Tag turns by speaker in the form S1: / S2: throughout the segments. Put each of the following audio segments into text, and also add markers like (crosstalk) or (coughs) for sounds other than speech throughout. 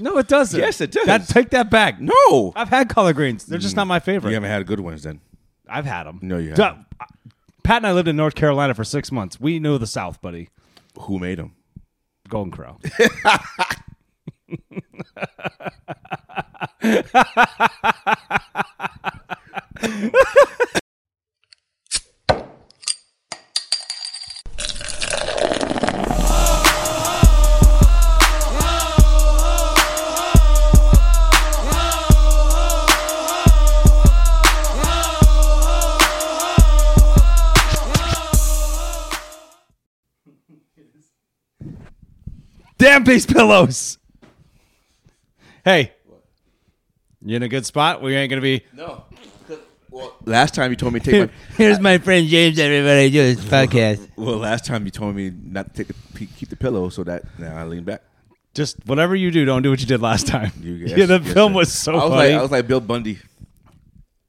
S1: No, it doesn't.
S2: Yes, it does.
S1: That, take that back.
S2: No. Mm.
S1: I've had collard greens. They're just not my favorite.
S2: You haven't had good ones then.
S1: I've had them.
S2: No, you
S1: Duh,
S2: haven't.
S1: I- Pat and I lived in North Carolina for six months. We know the South, buddy.
S2: Who made them?
S1: Golden
S2: (laughs)
S1: Crow. Damn these pillows. Hey, you in a good spot? We ain't gonna
S2: (laughs)
S1: be.
S2: No. Well, last time you told me to (laughs) take my
S3: Here's my friend James, everybody, do
S1: (laughs)
S3: his podcast.
S2: well, last time you told me not to take the, keep the pillow so that now I lean back.
S1: Just whatever you do, don't do what you did last time.
S2: You
S1: (laughs) yeah,
S2: yes,
S1: the
S2: yes,
S1: film
S2: sir.
S1: was so
S2: I was
S1: funny.
S2: like I was like Bill Bundy.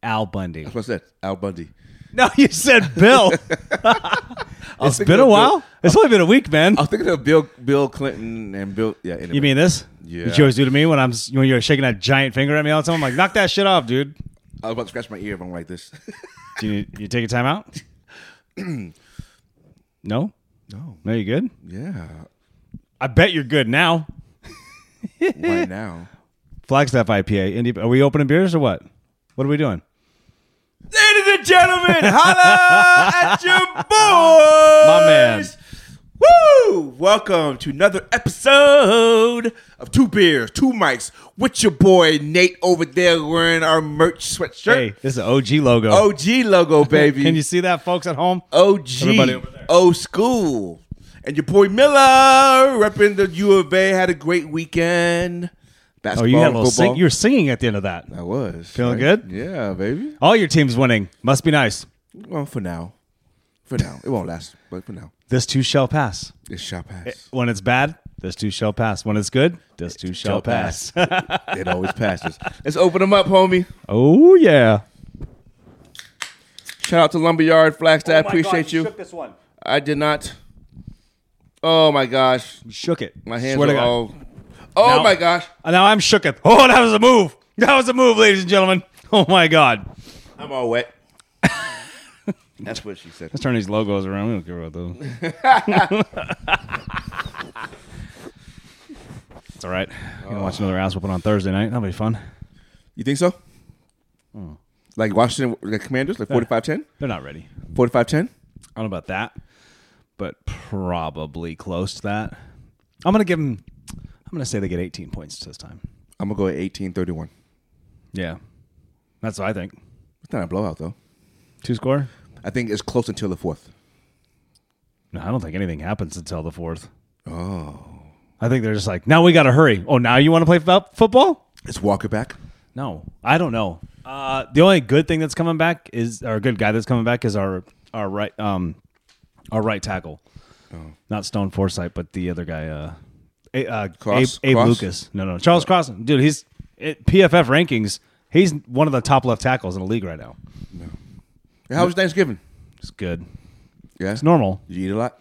S1: Al Bundy.
S2: That's what I said. Al Bundy. (laughs)
S1: No, you said (laughs) Bill. it's been
S2: thinking
S1: a
S2: of Bill.
S1: while. It's only been a week, man.
S2: I was thinking of Bill Bill Clinton and Bill. Yeah. Anyway.
S1: You mean this?
S2: Yeah.
S1: What you always do to me when I'm when you're shaking that giant finger at me all the time. I'm like, knock that shit off, dude.
S2: I was about to scratch my ear if I'm like this.
S1: Do you, you take a time
S2: (clears throat)
S1: out? no,
S2: no.
S1: no, you good?
S2: (laughs) Yeah.
S1: I bet you're good now.
S2: Why now?
S1: Flagstaff IPA. Indie, are we opening beers or what? What are we doing?
S2: Ladies
S1: (laughs)
S2: and gentlemen, holla at your boys. My man. Woo! Welcome to another episode of Two Beers, Two Mics with your boy Nate over there wearing our merch
S1: Hey,
S2: sweatshirt.
S1: this is an OG logo.
S2: OG logo,
S1: (laughs)
S2: baby.
S1: Can you see that, folks at home?
S2: Oh,
S1: Everybody
S2: OG,
S1: over there.
S2: old school. And your boy Miller repping the U of A had a great weekend.
S1: Oh,
S2: Basketball,
S1: you had a little sing.
S2: football.
S1: You were singing at the end of that.
S2: I was
S1: Feeling
S2: right?
S1: good?
S2: Yeah, baby.
S1: All your teams winning. Must be nice.
S2: Well, for now, for now, it won't last. But for now,
S1: This too shall pass.
S2: it's shall pass.
S1: When it's bad, this too shall pass. When it's good, this too shall pass.
S2: (laughs)
S1: (laughs)
S2: it always passes. Let's open them up, homie.
S1: oh yeah.
S2: Shout out to Lumberyard
S1: Oh
S2: Flagstaff. Appreciate you.
S1: this one.
S2: I did not. Oh my gosh,
S1: Shook it.
S2: my hands
S1: Swear to
S2: are
S1: God.
S2: all. Oh
S1: Now-
S2: my gosh,
S1: And Now I'm shook it. Oh, that was a move. That was a move, ladies and gentlemen. (laughs) Oh my God.
S2: I'm all wet. (laughs) That's what she said.
S1: Let's turn these logos around. We don't care about those.
S2: (laughs)
S1: it's all right. We're gonna watch another ass whooping on Thursday night. That'll be fun.
S2: You think so? Hmm. Like Washington, the Commanders, like 45-10?
S1: They're not ready.
S2: 45-10?
S1: I don't know about that, but probably close to that. I'm gonna give them. I'm gonna say they get 18 points this time.
S2: I'm gonna go at 18-31.
S1: Yeah, that's what I think.
S2: It's not a blowout though.
S1: Two score?
S2: I think it's close until the fourth.
S1: No, I don't think anything happens until the fourth.
S2: Oh,
S1: I think they're just like, now we got to hurry. Oh, now you want to play fo- football?
S2: it's Walker back.
S1: No, I don't know. Uh, the only good thing that's coming back is, or a good guy that's coming back is our our right um our right tackle, not Stone Forsythe, but the other guy, uh, A- uh,
S2: Cross?
S1: Abe, Abe
S2: Cross?
S1: Lucas. No, no, Charles Cross, dude. He's at PFF rankings. He's one of the top left tackles in the league right now.
S2: How was Thanksgiving?
S1: It's good.
S2: Yeah,
S1: It's normal.
S2: Did you eat a lot?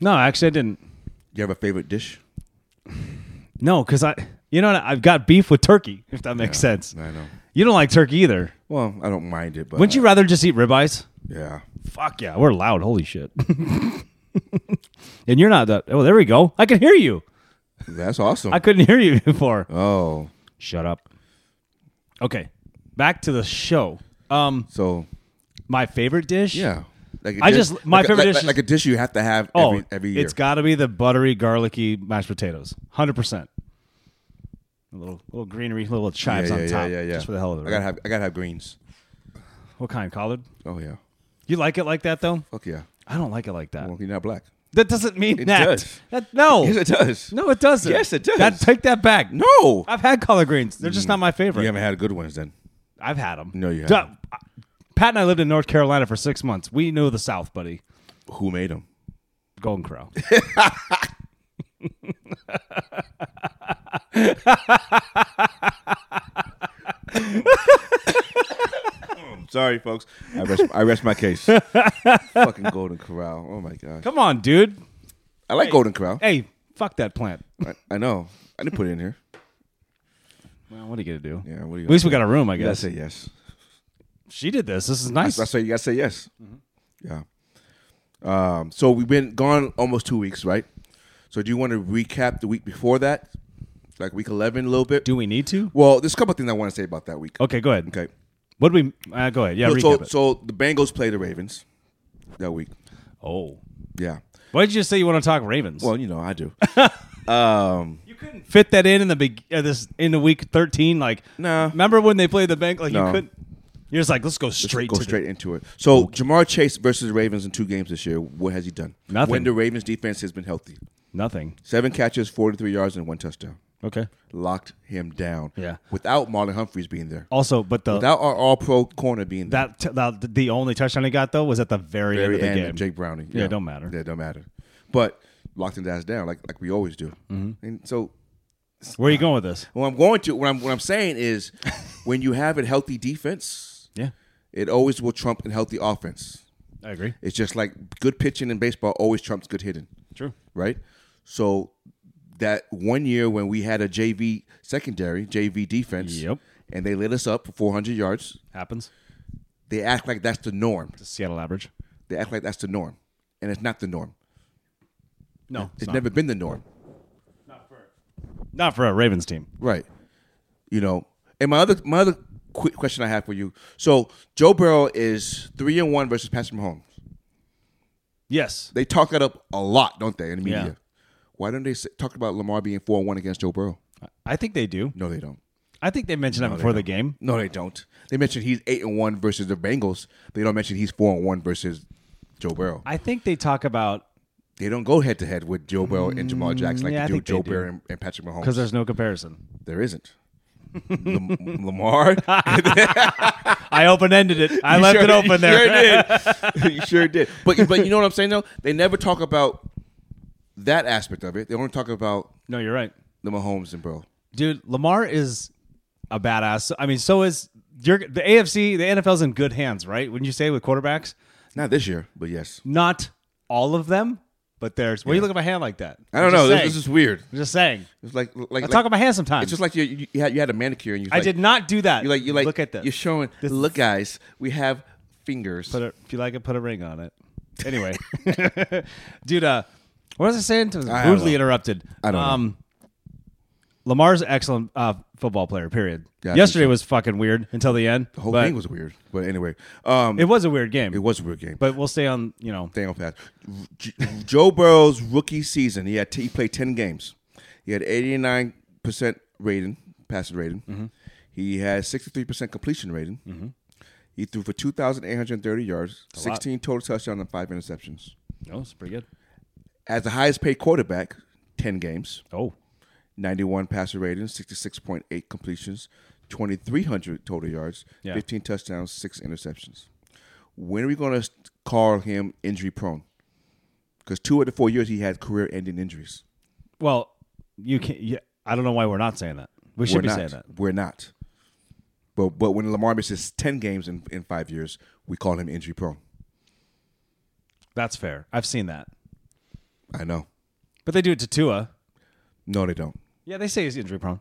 S1: No, actually, I didn't.
S2: Do you have a favorite dish?
S1: No, because I, you know, what? I've got beef with turkey. If that makes sense.
S2: I know.
S1: You don't like turkey either.
S2: Well, I don't mind it, but
S1: Wouldn't you rather just eat ribeyes?
S2: Yeah,
S1: Fuck yeah, we're loud. Holy shit. (laughs) and you're not that. Oh, there we go. I can hear you.
S2: that's awesome.
S1: I couldn't hear you (laughs) before.
S2: oh,
S1: Shut up. Okay, back to the show. Um,
S2: so
S1: my favorite dish.
S2: yeah, like a
S1: I just- my
S2: like a-
S1: favorite
S2: like-
S1: dish
S2: like,
S1: is-
S2: like a dish you have to have
S1: Oh,
S2: every every year.
S1: it's got to be the buttery, garlicky mashed potatoes. Hundred percent. A little, little greenery, little
S2: yeah,
S1: chives
S2: yeah,
S1: on
S2: yeah,
S1: top,
S2: yeah, yeah.
S1: just for the hell of it.
S2: I
S1: right?
S2: gotta have I gotta have greens.
S1: what kind? Collard.
S2: Oh yeah,
S1: You like it like that though?
S2: fuck yeah.
S1: I don't like it like that.
S2: Well, you're
S1: (laughs)
S2: not black.
S1: that doesn't mean
S2: It
S1: that.
S2: does.
S1: That no,
S2: (laughs) Yes, it does.
S1: no, it doesn't.
S2: Yes, it does.
S1: That, take that back.
S2: no.
S1: I've had collard greens. They're just not my favorite.
S2: Mm. You haven't had good ones then.
S1: I've had them.
S2: No, you
S1: Duh,
S2: haven't.
S1: I- Pat and I lived in North Carolina for six months. We know the South, buddy.
S2: Who made them?
S1: Golden
S2: (laughs)
S1: Crow.
S2: Sorry, folks. I rest, I rest
S1: (laughs)
S2: my case. Fucking Golden Corral. Oh my god.
S1: Come on, dude.
S2: I like Golden Corral.
S1: Hey, fuck that plant.
S2: I, I know. I didn't put it in here.
S1: Well, what are you gonna do?
S2: Yeah, what do you
S1: At least we got a room, I
S2: You gotta
S1: guess.
S2: say yes.
S1: She did this. This is nice.
S2: That's I say you gotta say yes. Yeah. Um, so we've been gone almost two weeks, right? So do you want to recap the week before that, like week eleven, a little bit?
S1: do we need to?
S2: well, there's a couple of things I want to say about that week.
S1: Okay, go ahead.
S2: Okay.
S1: What do we? Uh, go ahead. Yeah,
S2: So-
S1: recap
S2: so,
S1: it.
S2: so the Bengals play the Ravens that week.
S1: oh,
S2: Yeah.
S1: why did you say you want to talk Ravens?
S2: Well, you know
S1: (laughs)
S2: I do. Um,
S1: you couldn't fit that in in the big uh, this in the week thirteen. Like,
S2: No.
S1: Remember when they played the bank? Like
S2: No.
S1: you couldn't. You're just like, let's go straight.
S2: Go
S1: to
S2: straight into it. So Jamar Chase versus the Ravens in two games this year. What has he done?
S1: Nothing.
S2: When the Ravens defense has been healthy,
S1: The, nothing.
S2: seven catches, forty-three yards, and one touchdown.
S1: Okay.
S2: Locked him down.
S1: Yeah.
S2: Without Marlon Humphreys being there.
S1: Also, but the
S2: Without our all-pro corner being there.
S1: that, that the only touchdown he got though was at the very,
S2: very
S1: end of the
S2: end
S1: game.
S2: of Jake Browning.
S1: Yeah, don't matter.
S2: Yeah, don't matter. But locked his ass down like like we always do.
S1: Mm-hmm.
S2: And so
S1: Where are you going with this?
S2: what I'm going to what I'm what I'm saying is (laughs) when you have a healthy defense,
S1: Yeah,
S2: it always will trump a healthy offense.
S1: I agree.
S2: It's just like good pitching in baseball always trumps good hitting.
S1: True.
S2: right? So that one year when we had a JV secondary, JV defense,
S1: Yep.
S2: and they lit us up for 400 yards,
S1: Happens.
S2: they act like that's the norm.
S1: The Seattle average.
S2: They act like that's the norm, and it's not the norm.
S1: No,
S2: It's
S1: not,
S2: never been the norm,
S1: not for a Ravens team.
S2: right? You know. And my other my other quick question I have for you: So Joe Burrow is three and one versus Patrick Mahomes.
S1: Yes.
S2: They talk that up a lot, don't they, in the
S1: Yeah.
S2: media? Why don't they say, talk about Lamar being four and one against Joe Burrow?
S1: I think they do.
S2: No, they don't.
S1: I think they mentioned that before the game.
S2: No, they don't. They mentioned he's eight and one versus the Bengals. They don't mention he's four and one versus Joe Burrow.
S1: I think they talk about
S2: They don't go head to head with Joe Burrow and Jamal Jackson like
S1: yeah, I
S2: they do
S1: think
S2: with Joe
S1: they do.
S2: Burrow and, and Patrick Mahomes.
S1: because there's no comparison.
S2: there isn't. Lam- (laughs) Lamar,
S1: (laughs)
S2: (laughs)
S1: I open ended it. I
S2: You
S1: left
S2: sure-
S1: it open there.
S2: You sure
S1: (laughs)
S2: did. (laughs) you sure did. But but you know what I'm saying though. They never talk about that aspect of it. They only talk about
S1: No, you're right,
S2: the Mahomes and Burrow.
S1: dude. Lamar is a badass. I mean, so is your the AFC. The NFL's in good hands, right? Wouldn't you say with quarterbacks?
S2: Not this year, but yes.
S1: Not all of them, but there's. Why you look at my hand like that?
S2: I don't
S1: I'm
S2: know.
S1: just
S2: This,
S1: saying.
S2: this is weird.
S1: I'm just saying.
S2: It's like like,
S1: I
S2: like-
S1: talk about my hand sometimes.
S2: it's just like you you, you, had, you had a manicure and you.
S1: I did not do that.
S2: You like you like
S1: Look at this.
S2: You're showing. look, guys, we have fingers.
S1: Put a, if you like it, put a ring on it.
S2: (laughs)
S1: Anyway, (laughs) dude, uh, what was I saying? To
S2: I don't
S1: rudely
S2: know.
S1: interrupted. Um,
S2: I don't know.
S1: Lamar's an excellent uh, football player. Period.
S2: Yeah, I
S1: Yesterday
S2: think so.
S1: was fucking weird until the end.
S2: the whole
S1: but
S2: thing was weird, but anyway, um,
S1: It
S2: it,
S1: was a weird game.
S2: was a weird game. But
S1: but we'll stay on. You know,
S2: thing on pass. J- Joe Burrow's rookie season, he had he played ten games. He had eighty nine percent rating, passing rating. He had sixty three percent completion rating. He threw for two thousand eight hundred thirty yards, sixteen total touchdowns, and five interceptions.
S1: oh, it's pretty good.
S2: As the highest paid quarterback, ten games.
S1: Oh,
S2: 91 passer rating, 66.8 completions, 2,300 total yards,
S1: Yeah.
S2: 15 touchdowns, six interceptions. When are we going to call him injury prone? Because two of the four years he had career ending injuries.
S1: well, you can't. Yeah, I don't know why we're not saying that. We should
S2: We're
S1: be
S2: not.
S1: saying that.
S2: We're not. But, but when Lamar misses 10 games in, in five years, we call him injury prone.
S1: That's fair. I've seen that.
S2: I know.
S1: But they do it to Tua.
S2: No, they don't.
S1: Yeah, they say he's injury prone.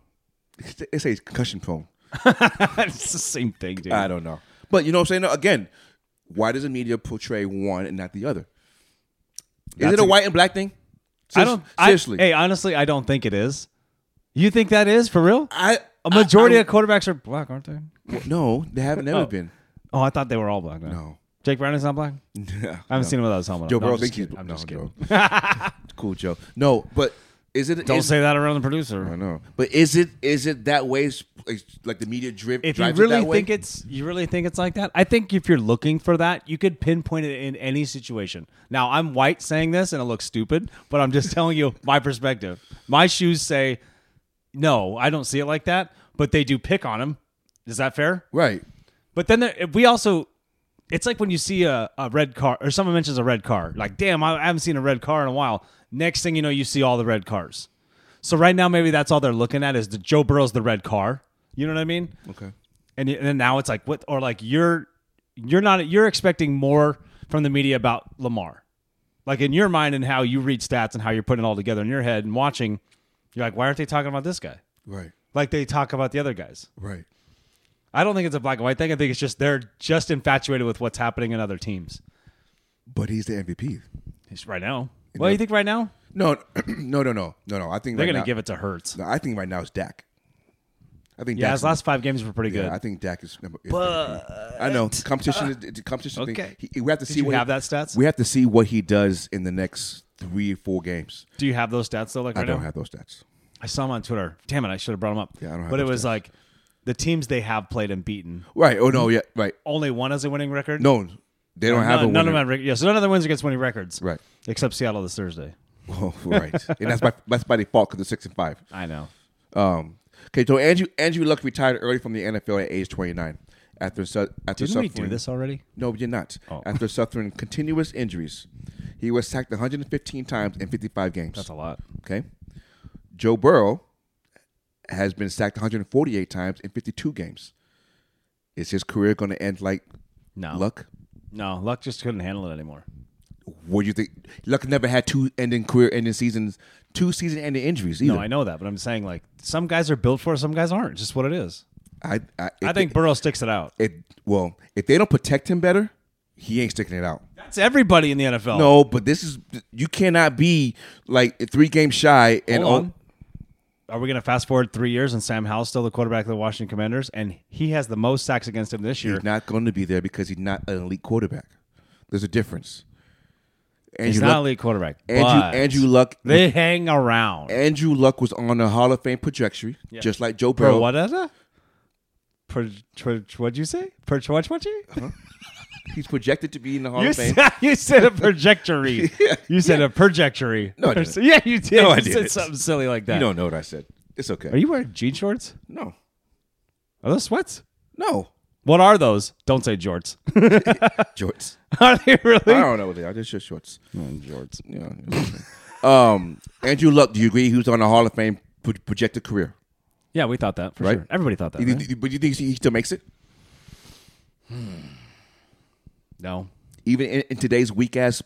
S2: They say he's concussion prone.
S1: it's the same thing, dude.
S2: I don't know. But you know what I'm saying? Again, why does the media portray one and not the other?
S1: That's
S2: Is it a
S1: a-
S2: white and black thing?
S1: I don't. I-
S2: seriously.
S1: hey, honestly, I don't think it is. You think that is for real?
S2: I
S1: A majority
S2: I-
S1: of quarterbacks are black, aren't they?
S2: I- no, they haven't ever been.
S1: Oh, I thought they were all black. No.
S2: No.
S1: Jake Browning's not
S2: (laughs)
S1: black. I haven't seen him without his helmet.
S2: Joe
S1: on. No,
S2: Burrow
S1: I'm just
S2: thinks he's
S1: kidding. I'm
S2: no,
S1: just kidding. (laughs)
S2: no. (laughs) cool, Joe. No, but is it?
S1: Don't
S2: is-
S1: say that around the
S2: I
S1: producer.
S2: know, but is it is it that way? s- Like the media drip.
S1: If you
S2: drives
S1: really
S2: it that way?
S1: think it's, you really think it's like that. I think if you're looking for that, you could pinpoint it in any situation. Now, I'm white saying this, and it looks stupid, but I'm just (laughs) telling you my perspective. My shoes say, no, I don't see it like that, but they do pick on him. Is that fair?
S2: right,
S1: But then there, we also, it's like when you see a, a red car or someone mentions a red car, like, damn, I haven't seen a red car in a while. Next thing you know, you see all the red cars. So right now, maybe that's all they're looking at is the Joe Burrow's the red car. You know what I mean?
S2: okay,
S1: And, y- and then now it's like what or like you're you're not you're expecting more from the media about Lamar, like in your mind and how you read stats and how you're putting it all together in your head and watching. You're like, why aren't they talking about this guy?
S2: right.
S1: like they talk about the other guys.
S2: Right.
S1: I don't think it's a black and white thing. I think it's just they're just infatuated with what's happening in other teams.
S2: But he's the MVP.
S1: It's right now. Well, you think right now
S2: No, (clears throat) no, no, no, no, no. I think
S1: they're
S2: right
S1: going
S2: now-
S1: to give it to Hurts?
S2: No, I think right now it's Dak. I think
S1: Yeah,
S2: Dak's
S1: his last five games were pretty
S2: Yeah,
S1: good.
S2: I think Dak is number. Is MVP. I know competition. is it's a competition. Thing.
S1: uh, Okay.
S2: He- we have to
S1: Did
S2: see
S1: you
S2: what
S1: have
S2: he,
S1: that stats?
S2: We have to see what he does in the next three or four games.
S1: Do you have those stats though? Like
S2: I
S1: right
S2: don't
S1: now?
S2: have those stats.
S1: I saw them on Twitter. Damn it, I should have brought them up.
S2: Yeah, I don't have
S1: but it
S2: those
S1: was
S2: stats.
S1: like the teams they have played and beaten.
S2: Right? Oh
S1: Mm-hmm.
S2: no. Yeah. Right.
S1: Only one has a winning record.
S2: No, they don't have
S1: none,
S2: a
S1: none of
S2: winner.
S1: them. Have, yeah, so none of them wins against winning records.
S2: Right. (laughs)
S1: Except Seattle this Thursday.
S2: Oh, right. and that's by that's by default because they're six and five.
S1: I know.
S2: Um. Okay. So Andrew Andrew Luck retired early from the NFL at age twenty nine after su- after
S1: Didn't we
S2: suffering.
S1: do this already?
S2: No, we did not.
S1: Oh.
S2: After suffering continuous injuries, he was sacked 115 times in 55 games.
S1: That's a lot.
S2: Okay. Joe Burrow has been sacked 148 times in 52 games. Is his career going to end like
S1: No.
S2: Luck?
S1: No, Luck just couldn't handle it anymore.
S2: What do you think? Luck never had two ending career ending seasons, two season ending injuries either.
S1: No, I know that, but I'm saying like some guys are built for it, some guys aren't. It's just what it is.
S2: I, I, if
S1: I think Burrow sticks it out.
S2: It, well, if they don't protect him better, he ain't sticking it out.
S1: That's everybody in the NFL.
S2: No, but this is you cannot be like three games shy and
S1: Hold
S2: oh,
S1: on. Are we going to fast forward three years and Sam Howell's still the quarterback of the Washington Commanders, and he has the most sacks against him this year?
S2: He's not going to be there because he's not an elite quarterback. There's a difference.
S1: He's
S2: Andrew
S1: not
S2: Luck,
S1: elite quarterback.
S2: Andrew-
S1: but
S2: Andrew Luck-
S1: They hang around.
S2: Andrew Luck was on the Hall of Fame trajectory, just like Joe Burrow.
S1: Per what? is it? Per, per, what'd you say? Per what? What you?
S2: He's projected to be in the (laughs) Hall
S1: You
S2: of Fame.
S1: said, (laughs) you said a
S2: (laughs)
S1: projectory. You said a projectory.
S2: No, I didn't.
S1: So- (laughs) Yeah, you did.
S2: No, I
S1: you
S2: didn't.
S1: said something silly like that.
S2: You don't know what I said. It's okay.
S1: Are you wearing jean shorts?
S2: No,
S1: Are those sweats?
S2: no,
S1: What are those? Don't say jorts. (laughs)
S2: shorts.
S1: are they
S2: I
S1: really?
S2: don't know what they are. They're just shorts.
S1: Jorts.
S2: Yeah.
S1: (laughs)
S2: um, Andrew Luck. Do you agree? He was on the Hall of Fame pro- projected career.
S1: Yeah, we thought that for
S2: Right?
S1: sure. Everybody thought that.
S2: You-
S1: right?
S2: you- But you think he still makes it,
S1: No,
S2: even in, in today's weak ass?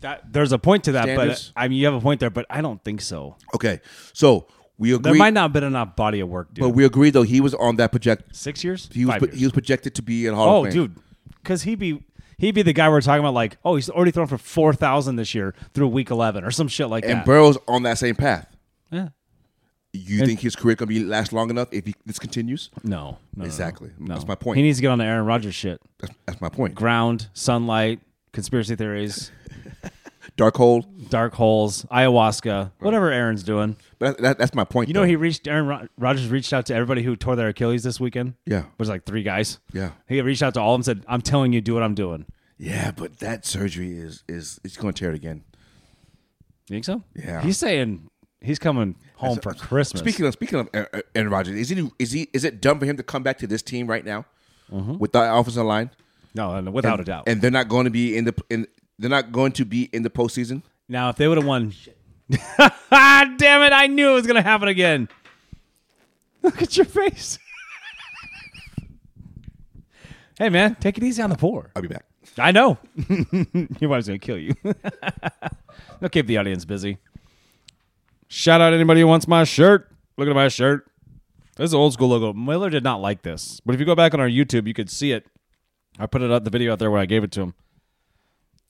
S1: that there's a point to that,
S2: Standards?
S1: but I mean, you have a point there, but I don't think so.
S2: Okay, so we agree.
S1: There might not have been enough body of work, dude.
S2: but we agree though. He was on that project.
S1: Six years?
S2: He was
S1: Five
S2: pro-
S1: years.
S2: he was projected to be in Hall
S1: oh,
S2: of Fame.
S1: dude, because he be he be the guy we're talking about. Like, oh, he's already thrown for four thousand this year through week eleven or some shit like
S2: and
S1: that.
S2: Burrow's on that same path.
S1: yeah.
S2: You think his career gonna be last long enough if he, this continues?
S1: No, no,
S2: Exactly.
S1: No, no.
S2: That's my point.
S1: He needs to get on the Aaron Rodgers shit.
S2: That's, that's my point.
S1: Ground, sunlight, conspiracy theories,
S2: Dark hole,
S1: dark holes, ayahuasca, whatever Aaron's doing.
S2: but that, that, that's my point.
S1: You know,
S2: though.
S1: he reached Aaron Rod- Rodgers reached out to everybody who tore their Achilles this weekend.
S2: Yeah.
S1: which was like three guys.
S2: Yeah.
S1: he reached out to all of them. and Said, "I'm telling you, do what I'm doing."
S2: yeah, but that surgery is is it's gonna tear it again.
S1: You think so?
S2: Yeah.
S1: He's saying he's coming home for Christmas.
S2: Speaking of speaking of Aaron- Aaron Rodgers, is he is he is it dumb for him to come back to this team right now with that offensive line?
S1: no, no, Mm-hmm. without a doubt.
S2: And they're not going to be in the in they're not going to be in the postseason.
S1: Now, if they would have won, ah, (laughs) damn it! I knew it was gonna happen again. Look at your face. hey, man, take it easy on the poor.
S2: I'll be back.
S1: I (laughs) know your wife's gonna kill you. (laughs) They'll keep the audience busy. Shout out anybody who wants my shirt. Look at my shirt. This is an old school logo. Miller did not like this, but if you go back on our YouTube, you could see it. I put it up the video out there where I gave it to him.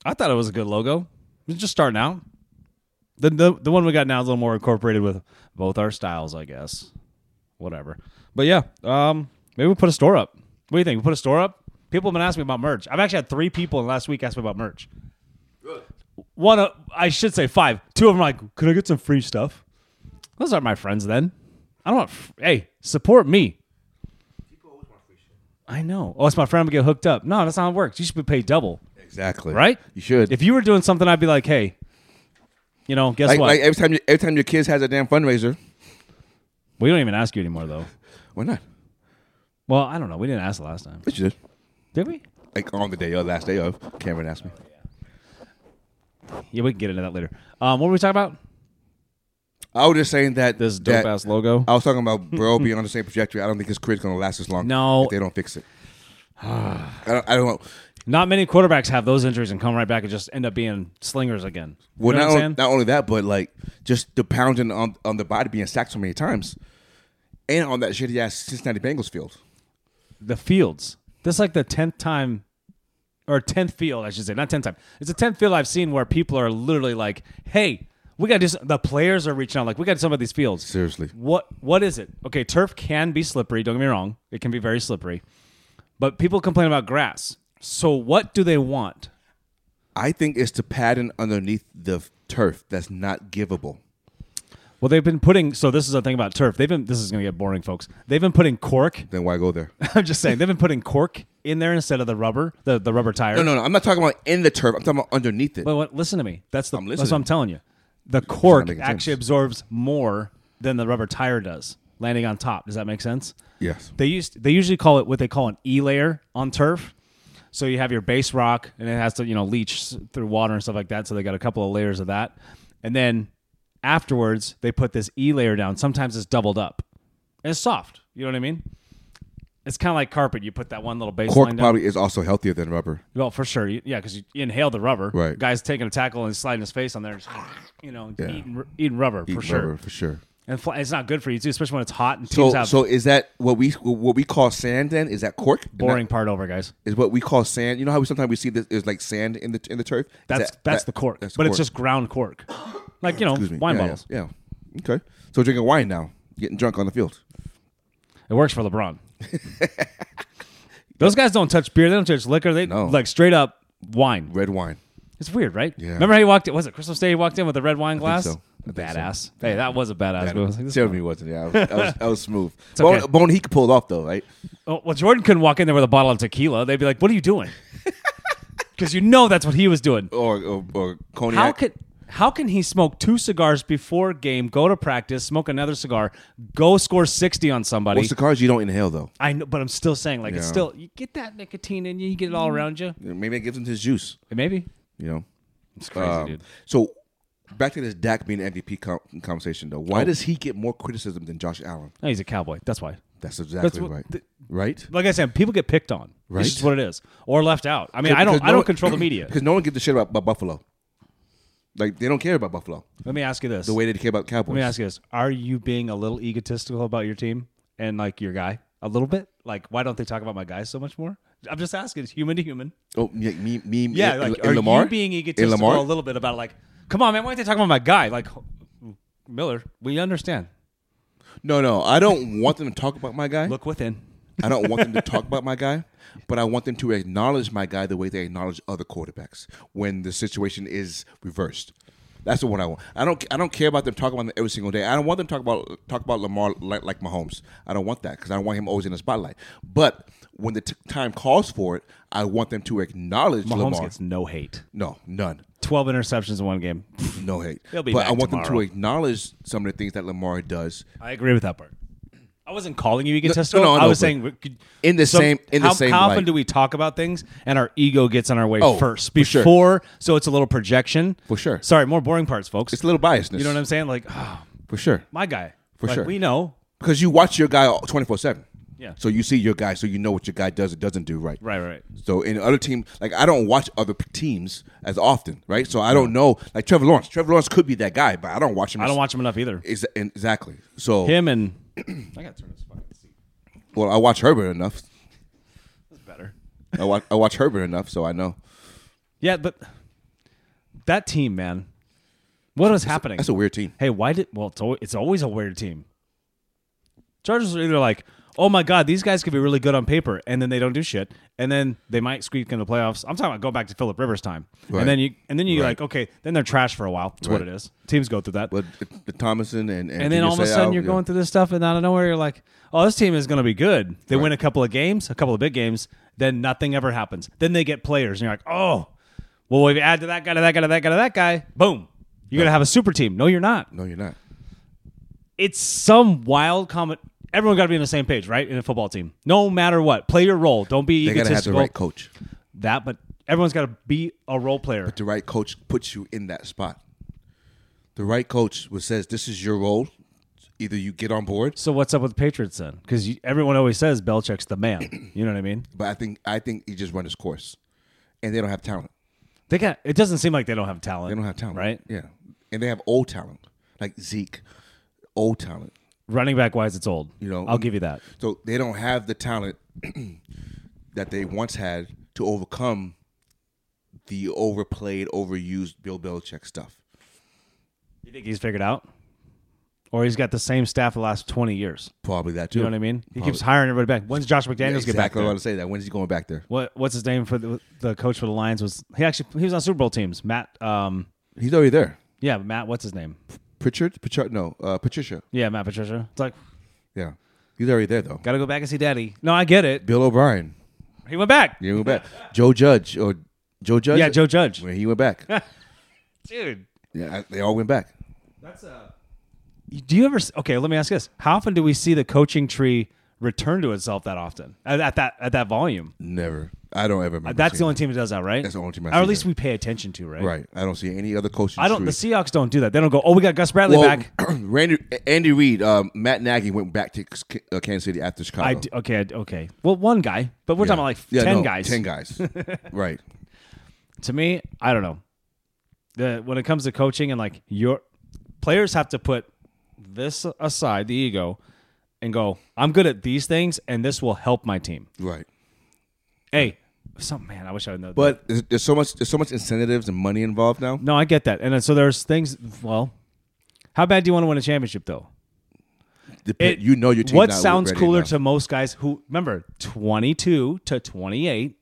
S1: I thought it was a good logo. It's just starting out. The, the the one we got now is a little more incorporated with both our styles, I guess. Whatever. But yeah, um, maybe we put a store up. What do you think? We put a store up. People have been asking me about merch. I've actually had three people in the last week ask me about merch. One, of, I should say five. Two of them are like, "Could I get some free stuff?" Those aren't my friends. Then I don't. Want f- hey, support me. I know. Oh, it's my friend. I'm gonna get hooked up. No, that's not how it works. You should be paid double,
S2: Exactly.
S1: right?
S2: You should.
S1: If you were doing something, I'd be like, "Hey, you know, guess
S2: like,
S1: what?
S2: like every time you, every time your kids has a damn fundraiser,
S1: we don't even ask you anymore, though."
S2: why not?
S1: Well, I don't know. We didn't ask the last time,
S2: But you did.
S1: did we?
S2: Like on the day of last day of, Cameron asked me.
S1: Yeah, we can get into that later. Um, what were we talking about?
S2: I was just saying that
S1: This
S2: that-
S1: dope ass logo.
S2: I was talking about
S1: (laughs)
S2: bro
S1: (sighs)
S2: being on the same trajectory. I don't think his career's gonna last as long.
S1: No.
S2: if they don't fix it. I don't. I don't know.
S1: Not many quarterbacks have those injuries and come right back and just end up being slingers again. You
S2: Well,
S1: know
S2: not,
S1: what I'm
S2: on-
S1: saying?
S2: not only that, but like just the pounding on, on the body being sacked so many times, and on that shitty ass Cincinnati Bengals field.
S1: the fields. This is like the tenth time, or tenth field, I should say, not tenth time. It's the tenth field I've seen where people are literally like, "Hey, we got just the players are reaching out, like we got some of these fields."
S2: Seriously.
S1: what what is it? Okay, turf can be slippery. Don't get me wrong; it can be very slippery. But people complain about grass. So what do they want?
S2: I think it's the padding underneath the f- turf that's not givable.
S1: Well, they've been putting. So this is the thing about turf. They've been. This is going to get boring, folks. They've been putting cork.
S2: Then why go there?
S1: (laughs) I'm just saying they've been putting cork in there instead of the rubber, the the rubber tire.
S2: No, no, no. I'm not talking about in the turf. I'm talking about underneath it.
S1: But what, listen to me. That's the
S2: I'm
S1: that's what
S2: listening.
S1: I'm telling you. The cork
S2: making
S1: actually
S2: sense.
S1: absorbs more than the rubber tire does, landing on top. Does that make sense?
S2: yes.
S1: They used they usually call it what they call an E layer on turf. So you have your base rock, and it has to you know leach s- through water and stuff like that. So they got a couple of layers of that, and then afterwards they put this E layer down. Sometimes it's doubled up, and it's soft. You know what I mean? It's kind of like carpet. You put that one little baseline
S2: Cork
S1: down.
S2: probably is also healthier than rubber.
S1: Well, for sure, You- yeah, because you inhale the rubber.
S2: Right.
S1: Guy's taking a tackle and sliding his face on there, just, you know,
S2: Yeah.
S1: eating, ru- eating rubber for
S2: Eating
S1: sure.
S2: rubber, for sure.
S1: And fly, it's not good for you too, especially when it's hot and teams
S2: So,
S1: have
S2: so is that what we what we call sand? Then is that cork? And
S1: boring part over, guys.
S2: that is what we call sand. You know how we sometimes we see this is like sand in the in the turf. Is
S1: That's
S2: that-
S1: that's
S2: that-
S1: the cork,
S2: that's the
S1: but it's
S2: cork.
S1: just ground
S2: (gasps)
S1: cork, like you know,
S2: Excuse me.
S1: wine
S2: Yeah,
S1: bottles.
S2: Yeah, yeah. Okay. So drinking wine now, getting drunk on the field.
S1: It works for
S2: (laughs)
S1: LeBron. Those guys don't touch beer. They don't touch liquor. They
S2: No.
S1: like straight up wine.
S2: Red wine.
S1: It's weird, right?
S2: Yeah.
S1: Remember how he walked in? Was it Crystal State? He walked in with a red wine glass.
S2: so. I think so.
S1: Badass. Hey, that was a badass. move. I was like, this-
S2: Tell me wasn't. Yeah, I was, I was, I
S1: (laughs)
S2: was smooth.
S1: okay.
S2: Bone, Bone he could pull it off though, right?
S1: Oh, well, Jordan couldn't walk in there with a bottle of tequila. They'd be like, "What are you
S2: (laughs)
S1: doing?" Because you know that's what he was doing.
S2: Or or, or cognac.
S1: How could how can he smoke two cigars before game, go to practice, smoke another cigar, go score sixty on somebody?
S2: Well, cigars you don't inhale though.
S1: I know, but I'm still saying like it's
S2: Yeah. Mm.
S1: still you get that nicotine in you, you get it all around you.
S2: Maybe it gives him his juice.
S1: Maybe
S2: You know.
S1: it's crazy,
S2: Um,
S1: dude.
S2: So back to this Dak being MVP com- conversation though.
S1: Oh.
S2: Why does he get more criticism than Josh Allen?
S1: No, he's a cowboy. That's why.
S2: That's exactly
S1: what-
S2: right.
S1: th-
S2: right.
S1: Like I said, people get picked on.
S2: Right.
S1: It's just what it is, or left out. I mean, I don't. I don't control
S2: (coughs)
S1: the media.
S2: because no one gives a shit about, about Buffalo. Like they don't care about Buffalo
S1: Let me ask you this.
S2: the way they care about Cowboys.
S1: Let me ask you this: Are you being a little egotistical about your team and like your guy a little bit? Like, why don't they talk about my guy so much more? I'm just asking. It's human to human.
S2: Oh, yeah, me, me, me-
S1: Yeah,
S2: in-
S1: like
S2: in
S1: are
S2: Lamar
S1: you being
S2: In
S1: egotistical
S2: Lamar?
S1: a little bit about like, come on, man, why aren't they talking about my guy? Like, Miller, we understand.
S2: No, no, I don't want them to talk about my guy.
S1: Look within.
S2: I don't want them to talk about my guy, but I want them to acknowledge my guy the way they acknowledge other quarterbacks when the situation is reversed. That's what I want. I don't. I don't care about them talking about them every single day. I don't want them to talk about talk about Lamar like, like Mahomes. I don't want that because I don't want him always in the spotlight. But when the t- time calls for it, I want them to acknowledge
S1: Mahomes
S2: Lamar.
S1: gets no hate.
S2: no, none.
S1: Twelve interceptions in one
S2: (laughs)
S1: game.
S2: No hate.
S1: He'll be
S2: but
S1: back
S2: I want them to
S1: tomorrow.
S2: acknowledge some of the things that Lamar does
S1: I agree with that part. I wasn't calling you egotistical.
S2: no,
S1: I
S2: no,
S1: was
S2: but
S1: saying we could-
S2: in the same- in the
S1: how,
S2: same
S1: How
S2: light.
S1: often do we talk about things and our ego gets in our way
S2: Oh,
S1: first
S2: for sure.
S1: before? So it's a little projection.
S2: For sure.
S1: Sorry, more boring parts, folks.
S2: It's a little biasness.
S1: you know what I'm saying? Like, (sighs) ah,
S2: For sure.
S1: my guy.
S2: For
S1: Like,
S2: sure.
S1: We know.
S2: Because you watch your guy 24 7.
S1: Yeah.
S2: So you see your guy, so you know what your guy does and doesn't do right.
S1: Right, right.
S2: So in other team, like I don't watch other p- teams as often, right? So I don't know, like Trevor Lawrence. Trevor Lawrence could be that guy, but I don't watch him.
S1: I don't watch him enough either.
S2: Ex- exactly. So
S1: Him and I got to turn this fucking seat.
S2: well, I watch Herbert enough.
S1: That's better.
S2: I watch I watch Herbert enough, so I know.
S1: Yeah, but that team, man. What was happening?
S2: That's a weird team.
S1: Hey, why did? Well, it's always, it's always a weird team. Chargers are either like, oh my god, these guys could be really good on paper, and then they don't do shit, and then they might squeak in the playoffs. I'm talking about go back to Philip Rivers time,
S2: Right.
S1: and then you and then you
S2: Right.
S1: like, okay, then they're trash for a while. That's what
S2: Right.
S1: it is. Teams go through that,
S2: But the, the Thomason and and, "Oh,
S1: and then all of a sudden you're going through this stuff, and out of nowhere you're like, oh, this team is going to be good. They win a couple of games, a couple of big games, then nothing ever happens. Then they get players, and you're like, oh, well, we add to that guy, to that guy, to that guy, to that guy, boom. You're going to have a super team. No, you're not
S2: No, you're not.
S1: it's some wild comment. Everyone got to be on the same page, right? In a football team, no matter what, play your role. Don't be
S2: They gotta have the
S1: egotistical.
S2: right coach.
S1: that, but everyone's got to be a role player.
S2: the right coach puts you in that spot. The right coach was says this is your role. Either you get on board,
S1: So what's up with the Patriots then?
S2: (clears throat)
S1: Because everyone always says Belichick's the man. You know what I mean?
S2: but I think I think he just run his course. and they don't have talent.
S1: They got. It doesn't seem like they don't have talent.
S2: They don't have talent,
S1: right?
S2: Yeah, and they have old talent like Zeke, old talent.
S1: Running back wise, it's old.
S2: You know,
S1: I'll give you that.
S2: So they don't have the talent (clears throat) that they once had to overcome the overplayed, overused Bill Belichick stuff.
S1: You think he's figured out, or he's got the same staff the last twenty years?
S2: Probably that
S1: Do
S2: too.
S1: you know what I mean? He
S2: Probably.
S1: keeps hiring everybody back. When's Josh McDaniels
S2: oh, exactly
S1: get back
S2: I
S1: there?
S2: was about to say that. When is he going back there?
S1: What What's his name for the, the coach for the Lions? Was he actually he was on Super Bowl teams? Matt. Um.
S2: He's already there.
S1: Yeah, Matt. What's his name?
S2: Pritchard, Pritchard, no, uh, Patricia.
S1: Yeah, Matt Patricia. It's like
S2: Yeah, he's already there though.
S1: gotta go back and see Daddy. No, I get it.
S2: Bill O'Brien.
S1: He went back.
S2: You went back. Joe Judge or Joe Judge.
S1: Yeah, Joe Judge.
S2: When he went back.
S1: Dude.
S2: yeah, I- they all went back.
S1: That's a. Do you ever? s- Okay, let me ask you this: How often do we see the coaching tree return to itself that often at, at that at that volume?
S2: Never. I don't ever. Remember
S1: That's the
S2: seeing
S1: only team that does that, right?
S2: That's the only team I've
S1: or at
S2: seen
S1: least
S2: that.
S1: we pay attention to, right?
S2: it. Right. I don't see any other coaches.
S1: I don't. The Seahawks don't do that. They don't go. Oh, we got Gus Bradley
S2: well,
S1: back.
S2: (clears throat) Randy, Andy Reid, um, Matt Nagy went back to K- uh, Kansas City after Chicago.
S1: I d- okay. I d- okay. Well, one guy, but we're
S2: Yeah.
S1: talking about like
S2: Yeah,
S1: ten
S2: no,
S1: guys.
S2: Ten
S1: (laughs)
S2: guys. right.
S1: to me, I don't know. The, when it comes to coaching and like your players have to put this aside, the ego, and go, I'm good at these things and this will help my team.
S2: Right.
S1: Hey, some man, I wish I know.
S2: But there's, there's so much. There's so much incentives and money involved now.
S1: no, I get that. And then, so there's things, well, how bad do you want to win a championship though?
S2: Dep-
S1: It-
S2: you know your team.
S1: What
S2: not
S1: sounds
S2: ready
S1: cooler
S2: enough.
S1: to most guys who remember 22 to 28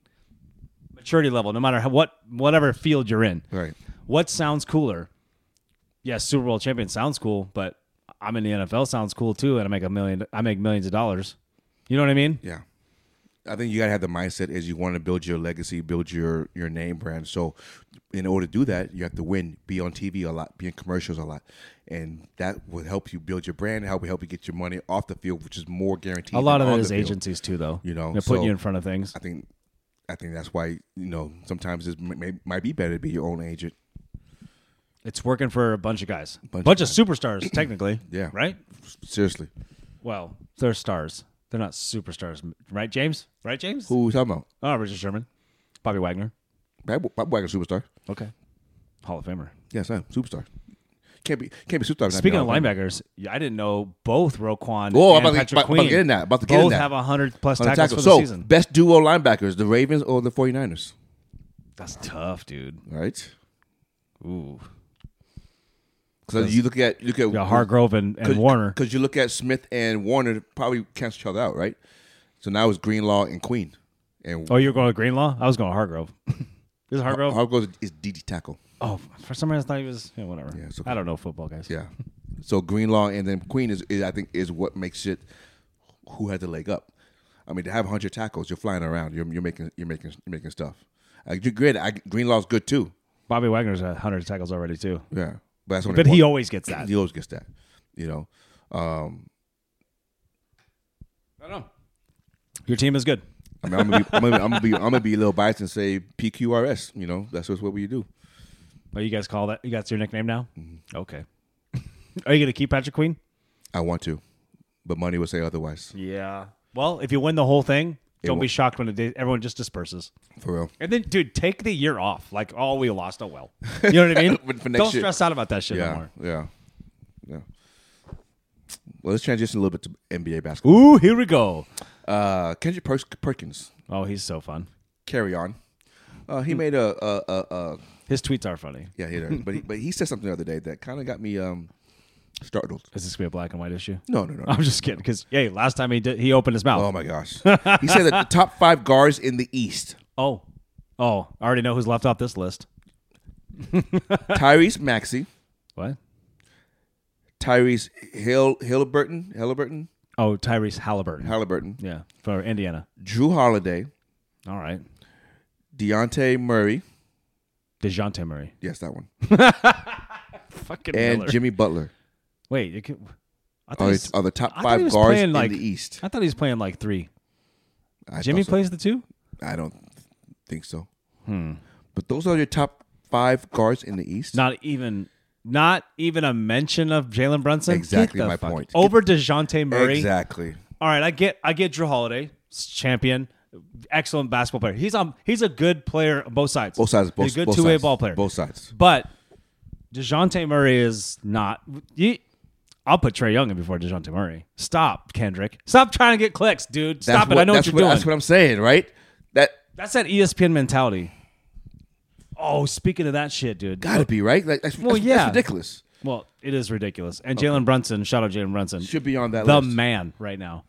S1: maturity level, no matter how, what whatever field you're in.
S2: Right.
S1: What sounds cooler? Yes, Super Bowl champion sounds cool, but I'm in the NFL sounds cool too, and I make a million. I make millions of dollars. You know what I mean?
S2: Yeah. I think you gotta have the mindset is you want to build your legacy, build your your name brand. So, in order to do that, you have to win, be on TV a lot, be in commercials a lot, and that will help you build your brand, help help you get your money off the field, which is more guaranteed.
S1: A lot of
S2: than
S1: that
S2: on
S1: is
S2: the field.
S1: agencies too, though.
S2: You know,
S1: they're putting
S2: so-
S1: you in front of things.
S2: I think, I think that's why you know sometimes it may, may- might be better to be your own agent.
S1: It's working for a bunch of guys, bunch,
S2: of
S1: of, superstars,
S2: (clears throat)
S1: technically.
S2: Yeah.
S1: Right.
S2: Seriously,
S1: Well, they're stars. They're not superstars, right, James? Right, James?
S2: who we talking about?
S1: Oh, Richard Sherman, Bobby Wagner.
S2: Bob, Bob Wagner, superstar.
S1: Okay. Hall of Famer.
S2: Yes, I am superstar. Can't be can't be superstar. and not be
S1: Speaking of
S2: all-time.
S1: linebackers, yeah, I didn't know both Roquan
S2: Oh,
S1: and
S2: I'm about to-
S1: Patrick
S2: about- about to
S1: Queen
S2: get in that, about to get in
S1: both
S2: that.
S1: have 100 plus
S2: On the
S1: tackles,
S2: tackle.
S1: for the
S2: so,
S1: season.
S2: best duo linebackers: the Ravens or the 49ers.
S1: That's tough, dude.
S2: Right.
S1: Ooh.
S2: Because you look at look at
S1: Yeah, Hargrove and, and Warner.
S2: Because you look at Smith and Warner probably cancel each other out, right? So now it's Greenlaw and Queen, and
S1: Oh, you were going to Greenlaw? I was going to Hargrove. (laughs) Is it Hargrove?
S2: Hargrove is DD tackle.
S1: oh, for some reason I thought he was. Yeah, whatever.
S2: Yeah, it's okay.
S1: I don't know football, guys. (laughs)
S2: Yeah. So Greenlaw and then Queen is, is I think is what makes it who had the leg up. I mean, to have hundred tackles, you're flying around. You're, you're making you're making you're making stuff. I do great. I, Greenlaw's good too.
S1: Bobby Wagner's at 100 tackles already, too.
S2: Yeah, but that's what
S1: But
S2: they
S1: he
S2: want.
S1: always gets that.
S2: he always gets that. You know, um,
S1: Your team is good.
S2: I mean, I'm gonna, be, I'm, gonna be, I'm gonna be I'm gonna be a little biased and say PQRS. You know, that's just what we do.
S1: Oh, you guys call that? You got your nickname now?
S2: Mm-hmm.
S1: Okay. Are you going to keep Patrick Queen?
S2: I want to, but money would say otherwise.
S1: Yeah. Well, if you win the whole thing, don't
S2: won't-
S1: be shocked when it, everyone just disperses.
S2: For real.
S1: And then, dude, take the year off. Like, oh, we lost. Oh, well. You know what
S2: (clears throat)
S1: I mean?
S2: For (laughs) next
S1: don't
S2: year.
S1: stress out about that shit
S2: Yeah,
S1: anymore.
S2: yeah, yeah. Well, let's transition a little bit to NBA basketball.
S1: Ooh, here we go.
S2: Uh, Kendrick Pers- Perkins,
S1: Oh, he's so fun.
S2: carry on. Uh,
S1: Hmm.
S2: he made a, a, a, a
S1: His tweets are funny.
S2: yeah, he did. but he, but he said something the other day that kind of got me um startled.
S1: Is this going to be a black and white issue? (laughs)
S2: No, no, no. no.
S1: I'm just kidding. Because, hey, last time he did, he opened his mouth.
S2: Oh my gosh! He said that the top five guards in the East:
S1: oh. Oh, I already know who's left off this list.
S2: Tyrese Maxey,
S1: What?
S2: Tyrese Hill, Hilliburton, Hilliburton,
S1: Oh, Tyrese Halliburton.
S2: Halliburton,
S1: yeah, for Indiana.
S2: Drew Holiday,
S1: All right.
S2: Deontay Murray.
S1: DeJounte Murray.
S2: Yes, that one.
S1: Fucking
S2: And Oh,
S1: Miller.
S2: Jimmy Butler
S1: Wait, you can, I thought
S2: are,
S1: he's-
S2: are the top
S1: I thought he
S2: five
S1: was
S2: guards
S1: playing,
S2: in
S1: like-
S2: the East.
S1: I thought he was playing like three.
S2: oh. I
S1: Jimmy
S2: thought so.
S1: plays the two.
S2: I don't think so. But those are your top five guards in the East.
S1: Hmm. Not even, not even a mention of Jalen Brunson.
S2: Exactly
S1: Get the
S2: my
S1: fuck-
S2: point.
S1: Over Dejounte Murray.
S2: Exactly.
S1: All right, I get, I get Drew Holiday, s- champion. excellent basketball player. He's on. He's a good player on both sides.
S2: Both sides. Both,
S1: He's a good
S2: both
S1: two way
S2: sides.
S1: ball player.
S2: Both sides.
S1: But Dejounte Murray is not. You, I'll put Trey Young in before Dejounte Murray. Stop, Kendrick. Stop trying to get clicks, dude. Stop it.
S2: What,
S1: I know what
S2: that's
S1: you're
S2: what,
S1: doing.
S2: That's what I'm saying, right? That
S1: That's that E ESPN mentality. Oh, speaking of that shit, dude.
S2: gotta be right. Like that's,
S1: Well,
S2: that's,
S1: yeah.
S2: that's ridiculous.
S1: Well, it is ridiculous. And Jalen Brunson, shout out Jalen Brunson,
S2: Should be on that
S1: the
S2: list.
S1: man right now.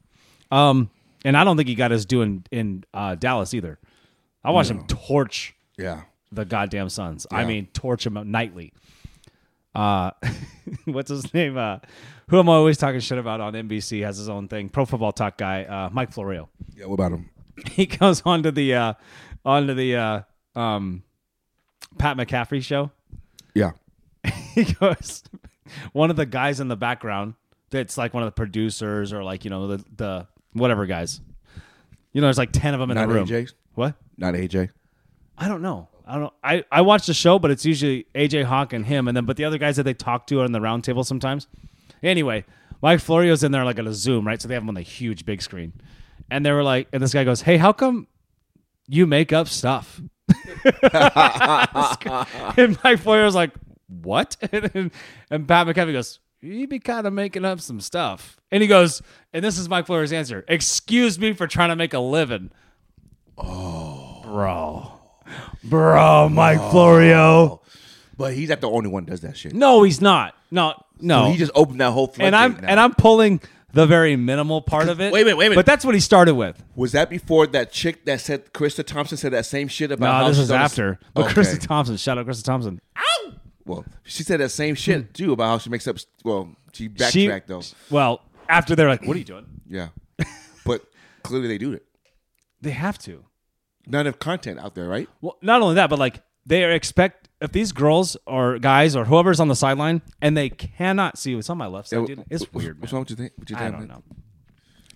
S1: Um, and I don't think he got his due in, in uh, Dallas either. I watched him torch
S2: Yeah.
S1: the goddamn Suns. I
S2: Yeah.
S1: mean, torch him nightly. Uh, (laughs) what's his name? Uh, who am I always talking shit about on NBC has his own thing. Pro Football Talk guy, uh, Mike Florio (laughs)
S2: Yeah. What about him?
S1: he goes onto the uh onto the uh um Pat McCaffrey show.
S2: Yeah.
S1: (laughs) He goes one of the guys in the background that's like one of the producers or like, you know, the the whatever guys. You know, there's like ten of them in
S2: Not
S1: the room.
S2: AJ.
S1: What?
S2: Not AJ.
S1: I don't know. I don't I, I watch the show, but it's usually AJ Hawk and him and then but the other guys that they talk to on the round table sometimes. Anyway, Mike Florio's in there like on a Zoom, right? So they have him on the huge big screen. And they were like and this guy goes, Hey, how come you make up stuff? (laughs) and Mike Florio's like, What? (laughs) And, then- and Pat McAfee goes, You be kind of making up some stuff. And he goes, and this is Mike Florio's answer. Excuse me for trying to make a living. Oh bro. Bro, Mike Florio.
S2: But he's not the only one that does that shit.
S1: No, he's not. No, no.
S2: He just opened that whole
S1: and
S2: floodgate
S1: I'm
S2: now.
S1: and I'm pulling the very minimal part of it.
S2: Wait a minute, wait a minute.
S1: But that's what he started with.
S2: Was that before that chick that said Krista Thompson said that same shit about?
S1: No,
S2: how
S1: this
S2: she's
S1: is
S2: on the-
S1: after. But
S2: Okay.
S1: Krista Thompson, shout out Krista Thompson.
S2: Well, she said that same shit too about how she makes up. Well, she backtracked
S1: Hmm. She- (laughs)
S2: though.
S1: Well, after they're like, "What are you doing?"
S2: Yeah, but clearly they do it.
S1: They have to.
S2: Not enough content out there, right?
S1: Well, not only that, but like they are expect if these girls or guys or whoever's on the sideline and they cannot see what's on my left side, dude. It's
S2: Wh- wh-
S1: weird.
S2: What's
S1: man.
S2: wrong with you think? What you
S1: I
S2: think,
S1: don't
S2: man?
S1: know.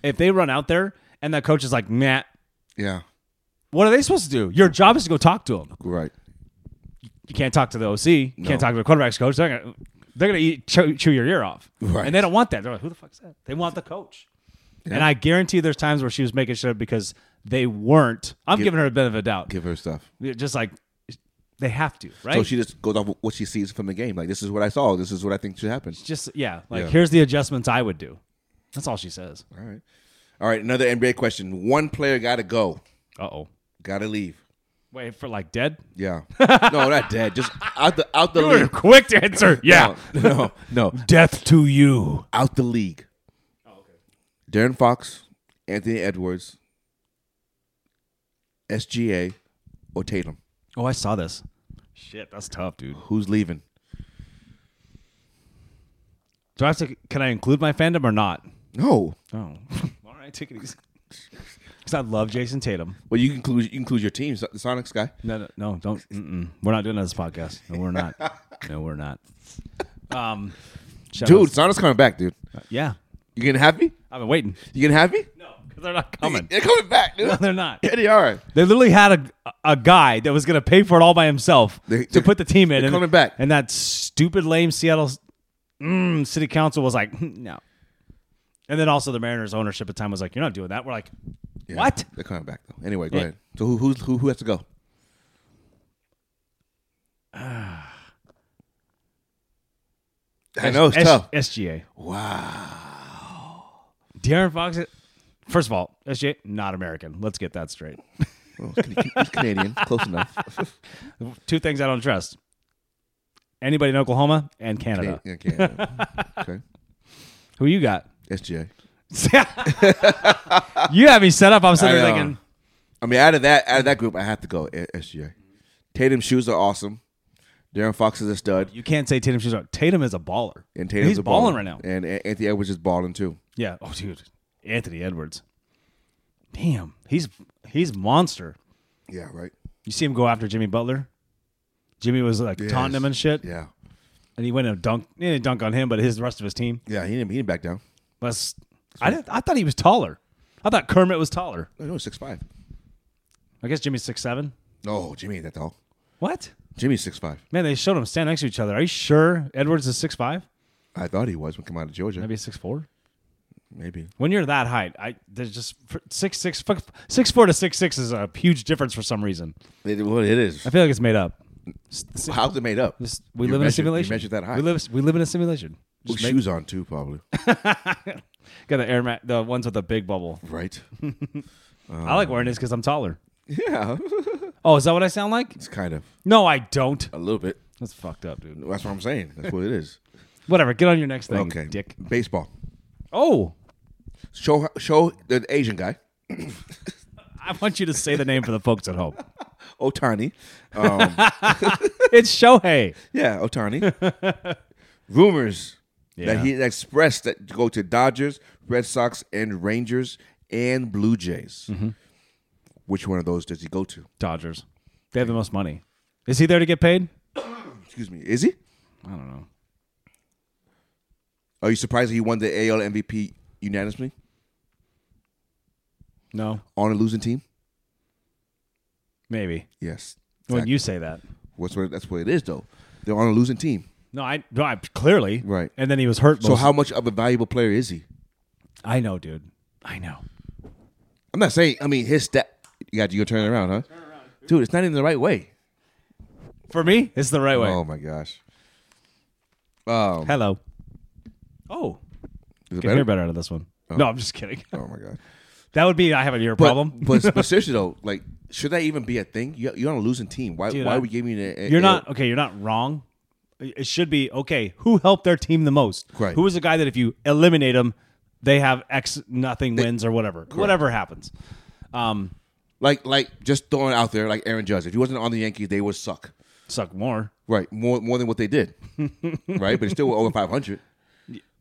S1: If they run out there and that coach is like, "Matt,
S2: Yeah,
S1: what are they supposed to do? Your job is to go talk to them."
S2: right.
S1: you can't talk to the OC, you can't talk to the quarterbacks coach. They're gonna they're gonna eat, chew, chew your ear off,
S2: Right.
S1: and they don't want that. They're like, who the fuck's that? They want the coach. And I guarantee there's times where she was making shit up because they weren't. I'm giving her a bit of a doubt.
S2: Give her stuff.
S1: Just like they have to, right?
S2: So she just goes off what she sees from the game. Like this is what I saw. This is what I think should happen.
S1: just yeah, like
S2: Yeah.
S1: here's the adjustments I would do. That's all she says.
S2: All right, all right. Another NBA question. One player got to go.
S1: Uh oh.
S2: Got to leave.
S1: Wait for like
S2: (laughs)
S1: dead. (laughs)
S2: Yeah. No, not dead. Just out the out the league.
S1: Quick to answer. Yeah.
S2: No, (laughs) no, no.
S1: Death to you.
S2: out the league. Darren Fox, Anthony Edwards, SGA, or Tatum.
S1: Oh, I saw this. Shit, that's tough, dude.
S2: Who's leaving?
S1: Do I have to? Can I include my fandom or not?
S2: No.
S1: Oh. All right, take it easy. (laughs) Because I love Jason Tatum.
S2: Well, you can include you can include your team, the Sonics guy.
S1: No, no, no, don't. Mm-mm. We're not doing this podcast. No, we're (laughs) not. No, we're not. Um, shout
S2: Dude,
S1: outs-
S2: Sonics coming back, dude.
S1: yeah,
S2: You getting happy?
S1: I've been waiting.
S2: You getting happy?
S1: No, because they're not coming.
S2: They're coming back,
S1: (laughs)
S2: dude.
S1: No, they're not.
S2: Yeah, they are.
S1: They literally had a a guy that was going to pay for it all by himself
S2: They-
S1: to
S2: they're-
S1: put the team in.
S2: they're
S1: and,
S2: coming back.
S1: and that stupid lame Seattle mm, City Council was like, "Hmm, no. And then also the Mariners ownership at the time was like, you're not doing that. We're like,
S2: Yeah,
S1: what?
S2: They're coming back though. Anyway, go
S1: Yeah.
S2: ahead. So who who's, who who has
S1: (sighs)
S2: to go? I know it's
S1: S-
S2: tough.
S1: SGA.
S2: Wow.
S1: De'Aaron Fox. First of all, SJ not American. Let's get that straight.
S2: Well, he's Can- he's Canadian, close enough. (laughs)
S1: Two things I don't trust: anybody in Oklahoma and Canada.
S2: Yeah, (laughs) Canada. (laughs) Okay.
S1: Who you got? (laughs)
S2: SGA.
S1: you have me set up. I'm sitting
S2: I
S1: there
S2: know.
S1: thinking
S2: I mean, out of that out of that group, I have to go A- SGA. Tatum's shoes are awesome. Darren Fox is a stud,
S1: you can't say Tatum. She's out. Tatum is a baller,
S2: and Tatum's
S1: he's
S2: a
S1: balling
S2: baller.
S1: right now.
S2: And A- Anthony Edwards is balling too.
S1: Yeah. Oh, dude, Anthony Edwards. Damn, he's he's monster.
S2: Yeah, right.
S1: You see him go after Jimmy Butler. Jimmy was like taunting him and shit,
S2: Yeah,
S1: and he went and dunked. He didn't dunk on him, but his rest of his team.
S2: yeah. He didn't, he didn't back down.
S1: Let's. I didn't, I thought he was taller. I thought Kermit was taller.
S2: No, no, six five.
S1: I guess Jimmy's six seven.
S2: No, Oh, Jimmy ain't that tall.
S1: What?
S2: Jimmy's six five.
S1: Man, they showed them stand next to each other. Are you sure Edwards is six five?
S2: I thought he was when he came out of Georgia.
S1: Maybe six four.
S2: Maybe.
S1: When you're that height, I there's just f- six six f- six four to six six is a huge difference for some reason.
S2: It, well, it is.
S1: I feel like it's made up. S- s-
S2: How's it made up?
S1: this- we
S2: You
S1: live in a
S2: measured- you
S1: simulation.
S2: measured that height.
S1: We live we live in a simulation.
S2: With
S1: Just make-
S2: shoes on too, probably.
S1: got the air mat, the ones with the big bubble.
S2: (laughs) right?
S1: I like wearing this because I'm taller.
S2: Yeah,
S1: Oh, is that what I sound like?
S2: it's kind of
S1: No, I don't.
S2: a little bit.
S1: That's fucked up, dude.
S2: That's what I'm saying. That's what it is.
S1: Whatever. Get on your next thing,
S2: Okay,
S1: dick.
S2: Baseball.
S1: Oh,
S2: Show show the Asian guy,
S1: I want you to say the name for the folks at
S2: (laughs)
S1: home.
S2: Otani.
S1: It's Shohei.
S2: Yeah,
S1: (laughs)
S2: Otani. Rumors
S1: Yeah.
S2: that he expressed that to go to Dodgers, Red Sox, and Rangers and Blue Jays.
S1: Mm-hmm.
S2: Which one of those does he go to?
S1: Dodgers. They have the most money. Is he there to get paid?
S2: Excuse me. Is he?
S1: I don't know.
S2: Are you surprised he won the AL MVP unanimously
S1: No,
S2: on a losing team?
S1: maybe.
S2: Yes.
S1: When you say that.
S2: What's what, that's what it is though. They're on a losing team.
S1: No, I no, I clearly
S2: Right.
S1: And then he was hurt.
S2: So
S1: most-
S2: how much of a valuable player is he?
S1: I know, dude. I know.
S2: I'm not saying. I mean, his stat. You got you gonna turn it around, huh? Dude, it's not even the right way.
S1: For me, it's the right way.
S2: Oh my gosh. Um,
S1: Hello. Oh,
S2: is it
S1: can hear
S2: better?
S1: better out of this one. No, I'm just kidding. (laughs)
S2: Oh my god.
S1: That would be I have an ear problem. (laughs)
S2: But, but, but seriously though, like, should that even be a thing? You, you're on a losing team. Why?
S1: Dude,
S2: why
S1: I-
S2: are we giving you? A, a-
S1: You're
S2: a-
S1: not okay. You're not wrong. It should be okay. Who helped their team the most?
S2: Right.
S1: Who is the guy that if you eliminate him, they have X nothing wins or whatever, whatever happens. Um,
S2: like like just throwing it out there like Aaron Judge. If he wasn't on the Yankees, they would suck.
S1: suck more.
S2: Right. More more than what
S1: (laughs)
S2: they did. right. But it's still over 500.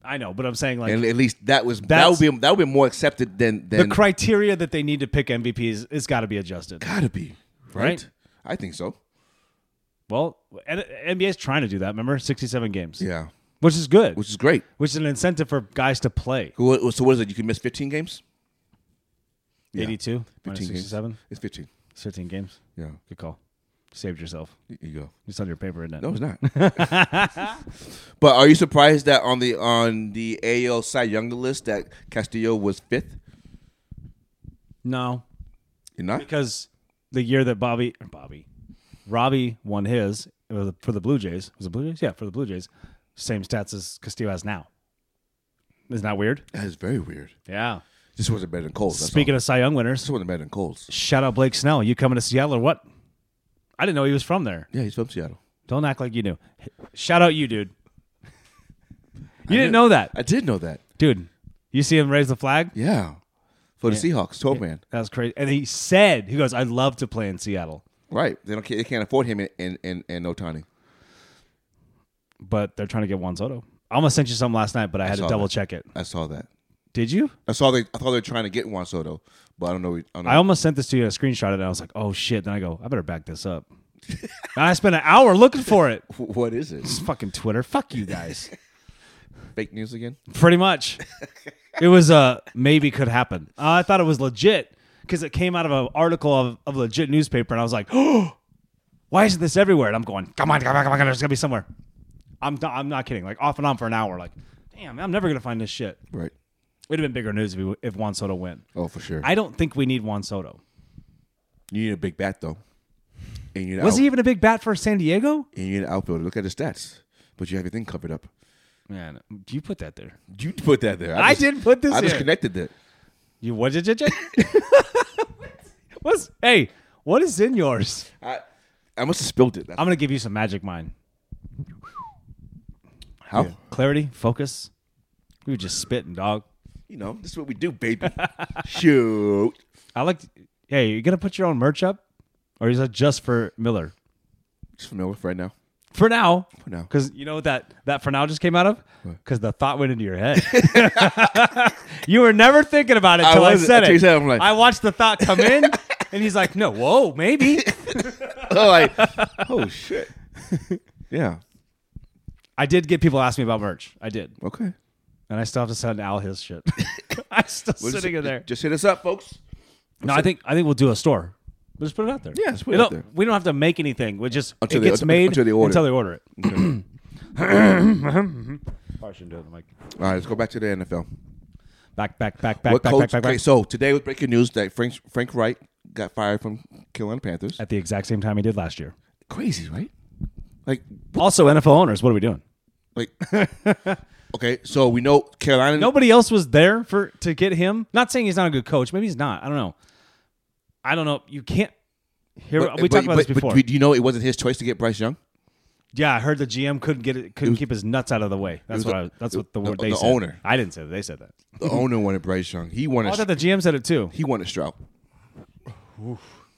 S1: I know, but I'm saying like
S2: And at least that was that
S1: That's-
S2: would be that would be more accepted than
S1: the
S2: than
S1: criteria that they need to pick MVPs has got to be adjusted.
S2: gotta be right?
S1: Right.
S2: I think so.
S1: Well, NBA's trying to do that. Remember, 67 games.
S2: Yeah.
S1: which is good.
S2: Which is great.
S1: which is an incentive for guys to play.
S2: So what so what is it? You can miss 15 games. Yeah.
S1: 82,
S2: 15
S1: minus
S2: games.
S1: 67,
S2: It's 15.
S1: 15 games.
S2: Yeah.
S1: Good call. Saved yourself.
S2: There you go.
S1: It's on your paper, isn't it?
S2: No, it's not. (laughs) but are you surprised that on the on the AL Cy Young list that Castillo was fifth?
S1: No,
S2: You're not.
S1: because the year that Bobby, or Bobby, Robbie won his it was for the Blue Jays. Was it Blue Jays? Yeah, for the Blue Jays. Same stats as Castillo has now. Isn't that weird?
S2: That is very weird.
S1: Yeah.
S2: This wasn't better than Coles. That's
S1: Speaking
S2: all.
S1: of Cy Young winners,
S2: this wasn't better than Coles.
S1: shout out Blake Snell. You coming to Seattle or what? I didn't know he was from there.
S2: Yeah, he's from Seattle.
S1: Don't act like you knew. Shout out you,
S2: (laughs)
S1: dude. You didn't know that.
S2: I did know that.
S1: dude. You see him raise the flag?
S2: Yeah, for the Seahawks, twelve man.
S1: That was crazy. And he said, "He goes, I love to play in Seattle,
S2: Right. They don't. ca- They can't afford him and and and Otani.
S1: but they're trying to get Juan Soto." I almost sent you some last night, but I had
S2: saw
S1: to double
S2: that.
S1: check it.
S2: I saw that.
S1: Did you?
S2: I saw they. I thought they were trying to get Juan Soto, but I don't know. I don't know.
S1: I almost sent this to you. I screenshot it, and I was like, "Oh shit!" Then I go, "I better back this up." and I spent an hour looking for it.
S2: what is it?
S1: It's fucking Twitter. Fuck you guys.
S2: Fake news again?
S1: (laughs) Pretty much. It was a maybe could happen. Uh, I thought it was legit because it came out of an article of, of a legit newspaper, and I was like, (gasps) "Oh, why isn't this everywhere?" And I'm going, "Come on, come on, come on, there's gonna be somewhere." I'm not, I'm not kidding. Like off and on for an hour. Like, damn, I'm never gonna find this shit.
S2: Right.
S1: It'd have been bigger news if, we, if Juan Soto went.
S2: Oh, for sure.
S1: I don't think we need Juan Soto.
S2: you need a big bat though. And you need
S1: Was
S2: out-
S1: he even a big bat for San Diego?
S2: And you need an outfielder. Look at the stats. But you have everything covered up.
S1: Man, do you put that there?
S2: You put that there.
S1: I didn't put this
S2: I just
S1: in.
S2: connected that.
S1: You what did you? (laughs) What's hey? What is in yours?
S2: I I must have spilled it.
S1: I'm gonna give you some magic mind.
S2: How?
S1: clarity, focus. We were just spitting, dog.
S2: You know, this is what we
S1: (laughs)
S2: do, baby. Shoot.
S1: I like. hey, you gonna put your own merch up, or is that just for Miller?
S2: Just familiar with right now.
S1: For now, for (laughs)
S2: now.
S1: because you know what that that for now just came out of because the thought went into your head. (laughs) you were never thinking about it
S2: I
S1: until I,
S2: wasn't-
S1: said
S2: until you
S1: it.
S2: said it, I'm like-
S1: I watched the thought come
S2: (laughs)
S1: in, and he's like, "No, whoa, maybe."
S2: like, oh shit. (laughs) Yeah.
S1: I did get people ask me about merch. I did,
S2: Okay.
S1: and I still have to send Al his shit. (laughs) I'm still
S2: We'll just-
S1: sitting in there.
S2: Just hit us up, folks.
S1: No, I think I think we'll do a store. We'll just put it out there.
S2: Yeah, just put it
S1: We
S2: out
S1: don't-
S2: there.
S1: We don't have to make anything. We just
S2: Until
S1: it
S2: they-
S1: gets
S2: until-
S1: made
S2: until they order it.
S1: order it. (coughs) Probably shouldn't do it. I'm like,
S2: All right, let's go back to the NFL.
S1: Back, back, back, back,
S2: what
S1: back,
S2: coach?
S1: back, back,
S2: okay,
S1: back.
S2: so today was breaking news that Frank Frank Wright got fired from Carolina Panthers.
S1: At the exact same time he did last year.
S2: Crazy, right? Like,
S1: Also, NFL owners, what are we doing?
S2: like. (laughs) okay, so we know Carolina.
S1: Nobody else was there for to get him. Not saying he's not a good coach. Maybe he's not. I don't know. I don't know. You can't. Here
S2: but-
S1: we
S2: but-
S1: talked about
S2: but-
S1: this before.
S2: But do you know it wasn't his choice to get Bryce Young?
S1: yeah, I heard the GM couldn't get it. Couldn't keep his nuts out of the way. That's
S2: was
S1: what.
S2: the-
S1: I, that's
S2: it-
S1: what the,
S2: the-
S1: word they
S2: the
S1: said.
S2: owner.
S1: I didn't say that. They said that.
S2: The owner wanted Bryce Young. He wanted.
S1: Oh, I thought Mm-hmm. the GM said it too.
S2: he wanted Stroud.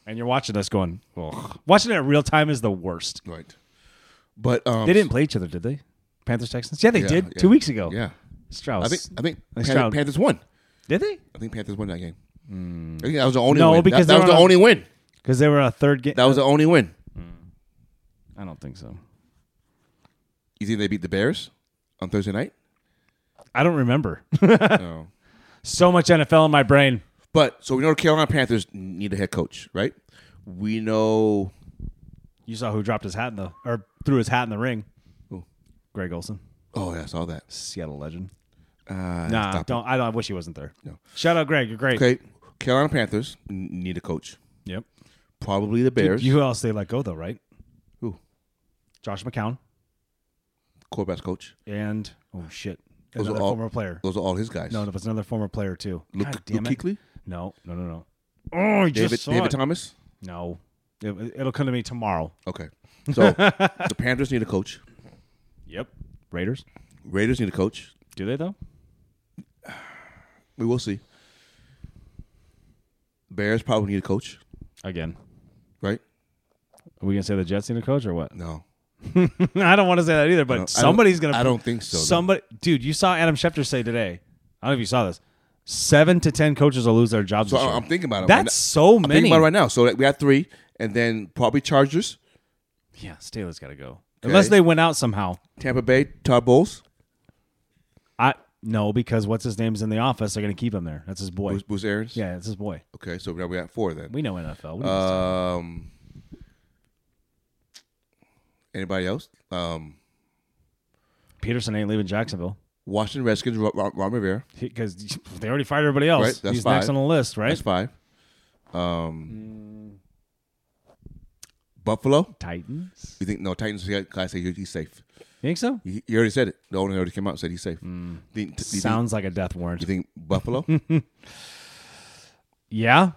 S1: And you're watching us going. "Ugh." Watching it in real time is the worst.
S2: Right. But um,
S1: They didn't play each other, did they? Panthers Texans. Yeah, they
S2: Yeah,
S1: did
S2: yeah.
S1: two weeks ago.
S2: Yeah.
S1: Strauss.
S2: I think I think
S1: Like
S2: Pan-
S1: Stroud.
S2: Panthers won.
S1: did they?
S2: I think Panthers won that game. I think that was the only
S1: Hmm. No,
S2: win. That-
S1: because
S2: that,
S1: they're
S2: was the
S1: on a-
S2: only win.
S1: Because they were a third game.
S2: That was the only win.
S1: I don't think so.
S2: You think they beat the Bears on
S1: (laughs)
S2: Thursday night?
S1: I don't remember. (laughs)
S2: no.
S1: so much NFL in my brain.
S2: But so we know the Carolina Panthers need a head coach, right? We know
S1: You saw who dropped his hat in the or threw his hat in the ring.
S2: Who?
S1: Greg Olson,
S2: Oh yeah, I saw that.
S1: Seattle legend.
S2: Uh,
S1: Nah,
S2: stop it.
S1: don't. I don't. I wish he wasn't there.
S2: No.
S1: Shout out, Greg. You're great.
S2: Okay. Carolina Panthers n- need a coach.
S1: Yep.
S2: Probably the Bears.
S1: You who else they let go though, right?
S2: Who?
S1: Josh McCown
S2: Quarterback's coach.
S1: and oh shit,
S2: Those are
S1: another
S2: all-
S1: former player.
S2: Those are all his guys.
S1: No, no, it's another former player too.
S2: Luke,
S1: God
S2: Luke
S1: damn it.
S2: Kuechly?
S1: No, no, no, no. Oh, you
S2: David
S1: just saw
S2: David
S1: it.
S2: Thomas.
S1: No, it, it'll come to me tomorrow.
S2: (laughs) Okay. So the Panthers need a coach.
S1: Yep. Raiders.
S2: Raiders need a coach.
S1: Do they though?
S2: We will see. Bears probably need a coach,
S1: Again,
S2: right?
S1: are we gonna say the Jets need a coach or what? (laughs)
S2: No.
S1: I don't want to say that either,
S2: No, I
S1: but
S2: don't-
S1: somebody's gonna.
S2: I don't think so, though.
S1: Somebody, dude, you saw Adam Schefter say today. I don't know if you saw this. Seven to ten coaches will lose their jobs.
S2: So
S1: this
S2: I-
S1: year.
S2: I'm thinking about it.
S1: That's so
S2: I'm thinking
S1: many.
S2: about it right now. So like, we have three, and then probably Chargers,
S1: yeah, Steelers got to go unless
S2: Okay.
S1: they went out somehow.
S2: Tampa Bay, Todd Bowles,
S1: I no, because what's his name's in the office. They're gonna keep him there. That's his boy.
S2: Bruce, Bruce Arians.
S1: yeah, it's his boy.
S2: Okay, so now we got four then.
S1: We know NFL. We know this.
S2: Um. Anybody else? Um.
S1: Peterson ain't leaving Jacksonville
S2: Washington Redskins, Ron, Ron, Ron Rivera.
S1: because (laughs) they already fired everybody else.
S2: Right, that's
S1: He's next on
S2: five.
S1: the list, right?
S2: That's five. Um. Buffalo.
S1: Titans.
S2: You think no Titans? Guys say he- he's safe.
S1: You think so?
S2: You you already said it. The owner already came out and said he's safe.
S1: Mm.
S2: Think- you think-
S1: Sounds like a death warrant.
S2: You think
S1: (laughs)
S2: Buffalo?
S1: Yeah.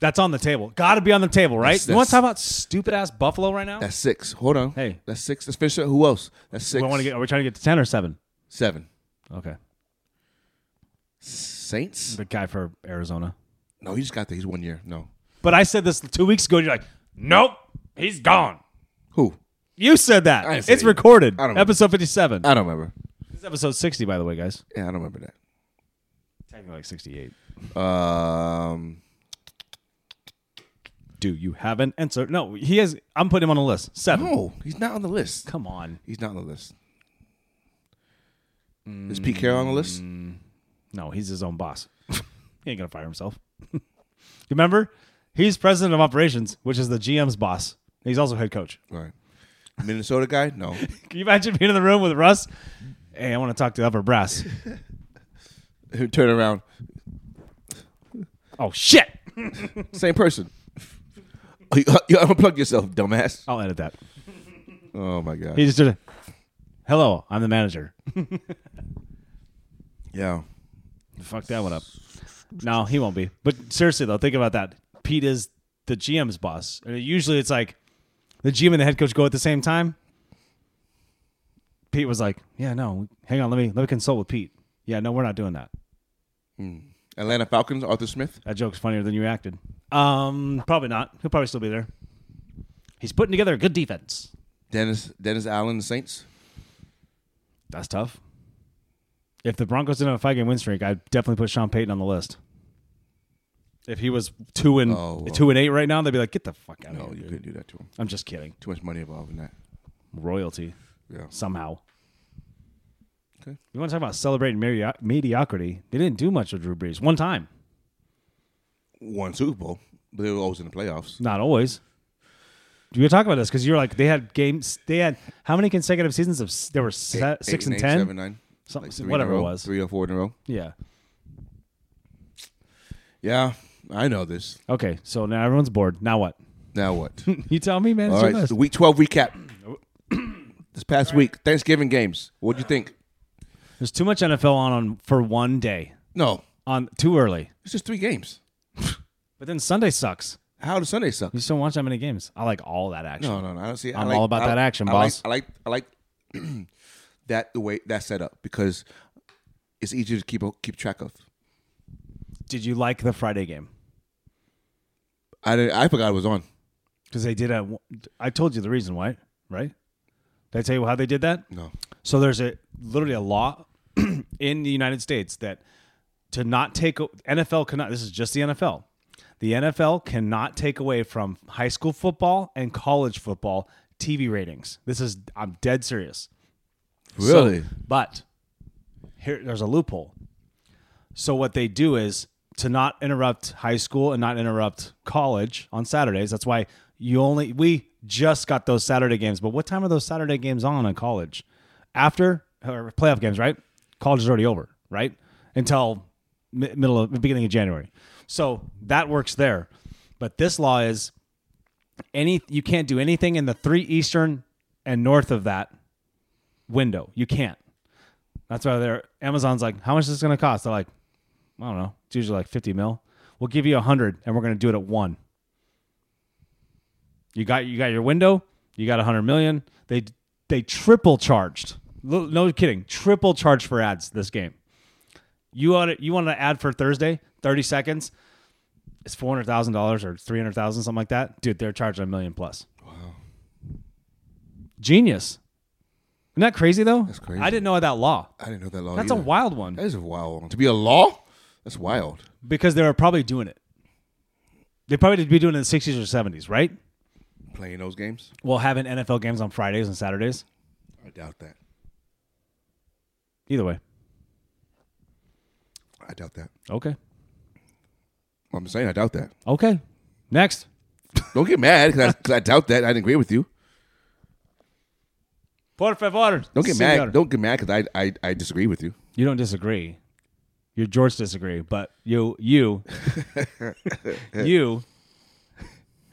S1: That's on the table. Got to be on the table, right?
S2: That's-
S1: you want
S2: that's-
S1: to talk about stupid ass Buffalo right now?
S2: That's six. Hold on.
S1: Hey.
S2: that's six. Let's finish up. Who else? That's
S1: We
S2: six.
S1: want to get. Are we trying to get to ten or seven?
S2: seven.
S1: Okay.
S2: Saints?
S1: The guy for Arizona.
S2: No, he just got there. He's one year. No.
S1: But I said this two weeks ago. You're like, nope, he's gone.
S2: Who?
S1: You said that.
S2: I didn't say
S1: It's
S2: that.
S1: recorded.
S2: I don't-
S1: Episode fifty-seven.
S2: I don't remember.
S1: this is episode sixty, by the way, guys.
S2: Yeah, I don't remember that.
S1: Technically like sixty-eight.
S2: Um,
S1: Do you have an answer? No, he has. I'm putting him on the list. Seven.
S2: no, he's not on the list.
S1: Come on.
S2: He's not on the list. Is Pete Carroll on the list?
S1: Mm. No, he's his own boss. (laughs) he ain't gonna fire himself. (laughs) You Remember, he's president of operations, which is the GM's boss. He's also head coach.
S2: Right. Minnesota guy? No.
S1: Can you imagine being in the room with Russ? Hey, I want to talk to upper brass.
S2: Turn around.
S1: oh shit!
S2: Same person. you, you unplug yourself, dumbass.
S1: I'll edit that.
S2: Oh my god.
S1: He just did. A, Hello, I'm the manager.
S2: yeah.
S1: Fuck that one up. No, he won't be. But seriously though, think about that. Pete is the GM's boss, and usually it's like the GM and the head coach go at the same time. Pete was like, "Yeah, no, hang on, let me let me consult with Pete." Yeah, no, we're not doing that.
S2: Atlanta Falcons, Arthur Smith.
S1: That joke's funnier than you acted. Um, probably not. He'll probably still be there. He's putting together a good defense.
S2: Dennis Dennis Allen, Saints.
S1: That's tough. If the Broncos didn't have a five game win streak, I'd definitely put Sean Payton on the list. If he was two and
S2: Oh, well.
S1: two and eight right now, they'd be like, get the fuck out
S2: No,
S1: of
S2: Oh, you
S1: here.
S2: couldn't do that to him.
S1: I'm just kidding.
S2: Too much money involved in that.
S1: Royalty
S2: Yeah.
S1: somehow.
S2: Okay.
S1: You want to talk about celebrating medio- mediocrity? They didn't do much with Drew Brees. One time,
S2: Won Super Bowl, but they were always in the playoffs.
S1: not always. You were talking about this because you're like they had games. They had how many consecutive seasons of s- there were se-
S2: Eight-
S1: six
S2: eight
S1: and ten,
S2: Seven, nine.
S1: something,
S2: three in a
S1: whatever it
S2: row,
S1: was.
S2: Three or four in a row.
S1: Yeah.
S2: Yeah, I know this.
S1: Okay, so now everyone's bored. Now
S2: (laughs)
S1: what? (laughs)
S2: Now what?
S1: You tell me, man. It's
S2: All
S1: your
S2: right,
S1: list.
S2: so week
S1: (coughs)
S2: twelve recap. this past week, Thanksgiving games. What'd you think?
S1: There's too much NFL on, on for one day.
S2: No,
S1: On too early.
S2: it's just three games.
S1: But then Sunday sucks.
S2: How does Sunday suck?
S1: You just don't watch that many games. I like all that action.
S2: No, no, no. I don't see. I
S1: I'm
S2: like-
S1: all about
S2: I-
S1: that action,
S2: I
S1: boss.
S2: Like, I like, (clears throat) I like that the way that's set up because it's easier to keep keep track of.
S1: Did you like the Friday game?
S2: I didn't, I forgot it was on.
S1: Because they did a. I told you the reason why, right? Did I tell you how they did that?
S2: No.
S1: So there's a literally a law (clears throat) in the United States that to not take o- NFL cannot. This is just the NFL. The NFL cannot take away from high school football and college football TV ratings. This is I'm dead serious. So- but here there's a loophole. So what they do is to not interrupt high school and not interrupt college on Saturdays. That's why you only we just got those Saturday games. But what time are those Saturday games on in college? After or playoff games, right? College is already over, right? Until mi- middle of beginning of January. So that works there. But this law is any you can't do anything in the three Eastern and north of that window. You can't. That's why they're Amazon's like, how much is this gonna cost? They're like, I don't know. It's usually like fifty mil. We'll give you a hundred, and we're gonna do it at one. You got you got your window. You got a hundred million. They they triple charged. L- No kidding, triple charged for ads this game. You want it, you want an ad for Thursday, thirty seconds. It's four hundred thousand dollars or three hundred thousand, something like that. Dude, they're charging a million plus. Wow, genius. Isn't that crazy though? That's
S2: crazy.
S1: I didn't know that law.
S2: I didn't know that law.
S1: That's a
S2: either.
S1: wild one
S2: That is a wild one. To be a law? That's wild.
S1: because they were probably doing it. They probably did be doing it in the 60s or 70s, right?
S2: Playing those games?
S1: Well, having NFL games on Fridays and Saturdays.
S2: I doubt that.
S1: Either way.
S2: I doubt that.
S1: Okay.
S2: I'm saying I doubt that.
S1: Okay. Next.
S2: Don't get mad because I, 'cause I doubt that. I didn't agree with you.
S1: Por favor.
S2: Don't get
S1: senor.
S2: mad. Don't get mad because I, I I disagree with you.
S1: You don't disagree. Your George disagree, but you
S2: (laughs)
S1: you you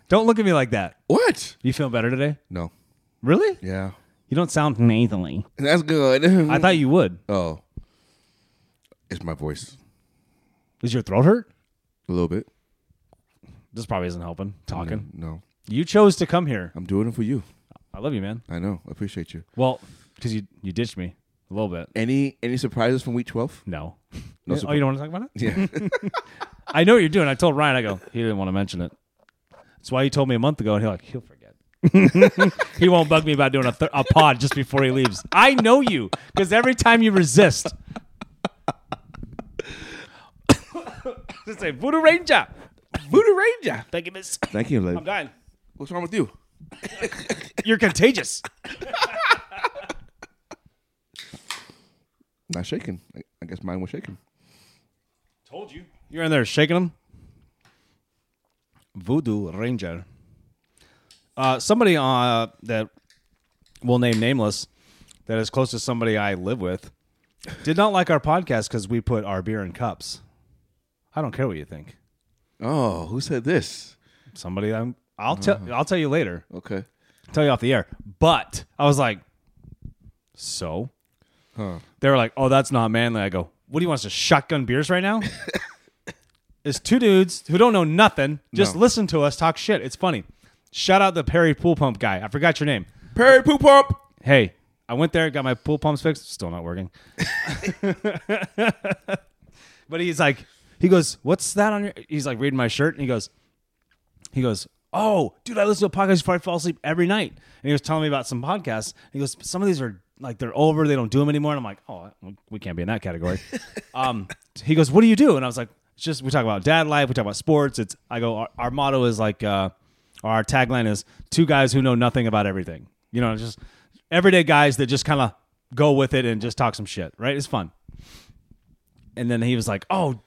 S1: don't look at me like that.
S2: What?
S1: You feel better today?
S2: No.
S1: Really?
S2: Yeah.
S1: You don't sound nasally.
S2: That's (laughs) good.
S1: I thought you would.
S2: oh, it's my voice
S1: Is your throat hurt?
S2: a little bit.
S1: This probably isn't helping. Talking.
S2: No,
S1: Mm. You chose to come here.
S2: I'm doing it for you.
S1: I love you, man.
S2: I know. I appreciate you.
S1: Well, because you you ditched me a little bit.
S2: Any any surprises from week twelve?
S1: (laughs) No.
S2: No
S1: oh,
S2: surprise.
S1: you don't want to talk about it?
S2: (laughs) Yeah.
S1: I know what you're doing. I told Ryan, I go, he didn't want to mention it. That's why he told me a month ago, and he's like, he'll forget. (laughs) he won't bug me about doing a, th- a pod just before he leaves. I know you because every time you resist, (coughs) just say, Voodoo Ranger.
S2: (laughs) Voodoo Ranger.
S1: Thank you, miss.
S2: Thank you, lady.
S1: I'm dying.
S2: What's wrong with you?
S1: You're contagious.
S2: Not shaking. I, I guess mine was shaking.
S1: Told you. You're in there shaking them. Voodoo Ranger. Uh, somebody uh, that will name nameless, that is close to somebody I live with, did not like our podcast because we put our beer in cups. I don't care what you think.
S2: Oh, who said this?
S1: Somebody, I'm. I'll tell. I'll tell you later.
S2: Okay.
S1: tell you off the air. But I was like, so?
S2: Huh.
S1: They were like, oh, that's not manly. I go, what do you want us to shotgun beers right
S2: (laughs)
S1: now? it's two dudes who don't know nothing. Just
S2: No.
S1: listen to us talk shit. It's funny. Shout out the Perry Pool Pump guy. I forgot your name.
S2: Perry Poop Pump.
S1: Hey, I went there, got my pool pumps fixed. Still not working. but he's like, he goes, "What's that on your?" He's like reading my shirt, and he goes, he goes, "Oh, dude, I listen to a podcast before I fall asleep every night." And he was telling me about some podcasts. And he goes, "Some of these are like they're over; they don't do them anymore." And I'm like, "Oh, we- we can't be in that category." um, he goes, "What do you do?" And I was like, it's "Just we talk about dad life. We talk about sports. It's I go. Our, our motto is like, uh, or our tagline is two guys who know nothing about everything. You know, just everyday guys that just kind of go with it and just talk some shit. Right? It's fun." And then he was like, "Oh,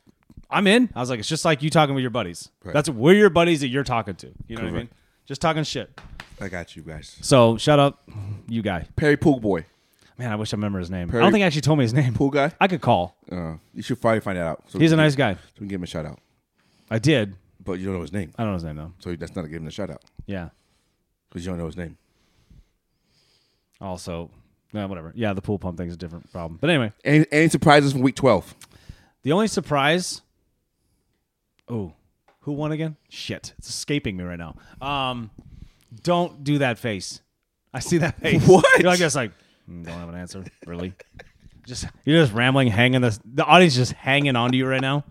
S1: I'm in." I was like, "It's just like you talking with your buddies. That's we're your buddies that you're talking to. You know what I mean? Just talking shit."
S2: I got you guys.
S1: So shut up, you guy.
S2: Perry Pool Boy.
S1: Man, I wish I remember his name. I
S2: Perry-
S1: don't think I actually told me his name.
S2: Pool guy.
S1: I could call.
S2: Uh, you should probably find that out. So
S1: He's a
S2: we can-
S1: nice guy.
S2: So we can give him a shout out.
S1: I did.
S2: but you don't know his name,
S1: I don't know his name though.
S2: so that's not giving a shout out
S1: Yeah.
S2: because you don't know his name.
S1: Also, no, whatever. Yeah, the pool pump thing is a different problem. But anyway,
S2: Any, any surprises from week twelve?
S1: the only surprise. Oh, who won again? Shit, it's escaping me right now. Um, don't do that face. I see that face.
S2: (laughs) What?
S1: You're like just like "Mm, don't have an answer really. just you're just rambling, hanging this. The audience is just hanging on to you right now.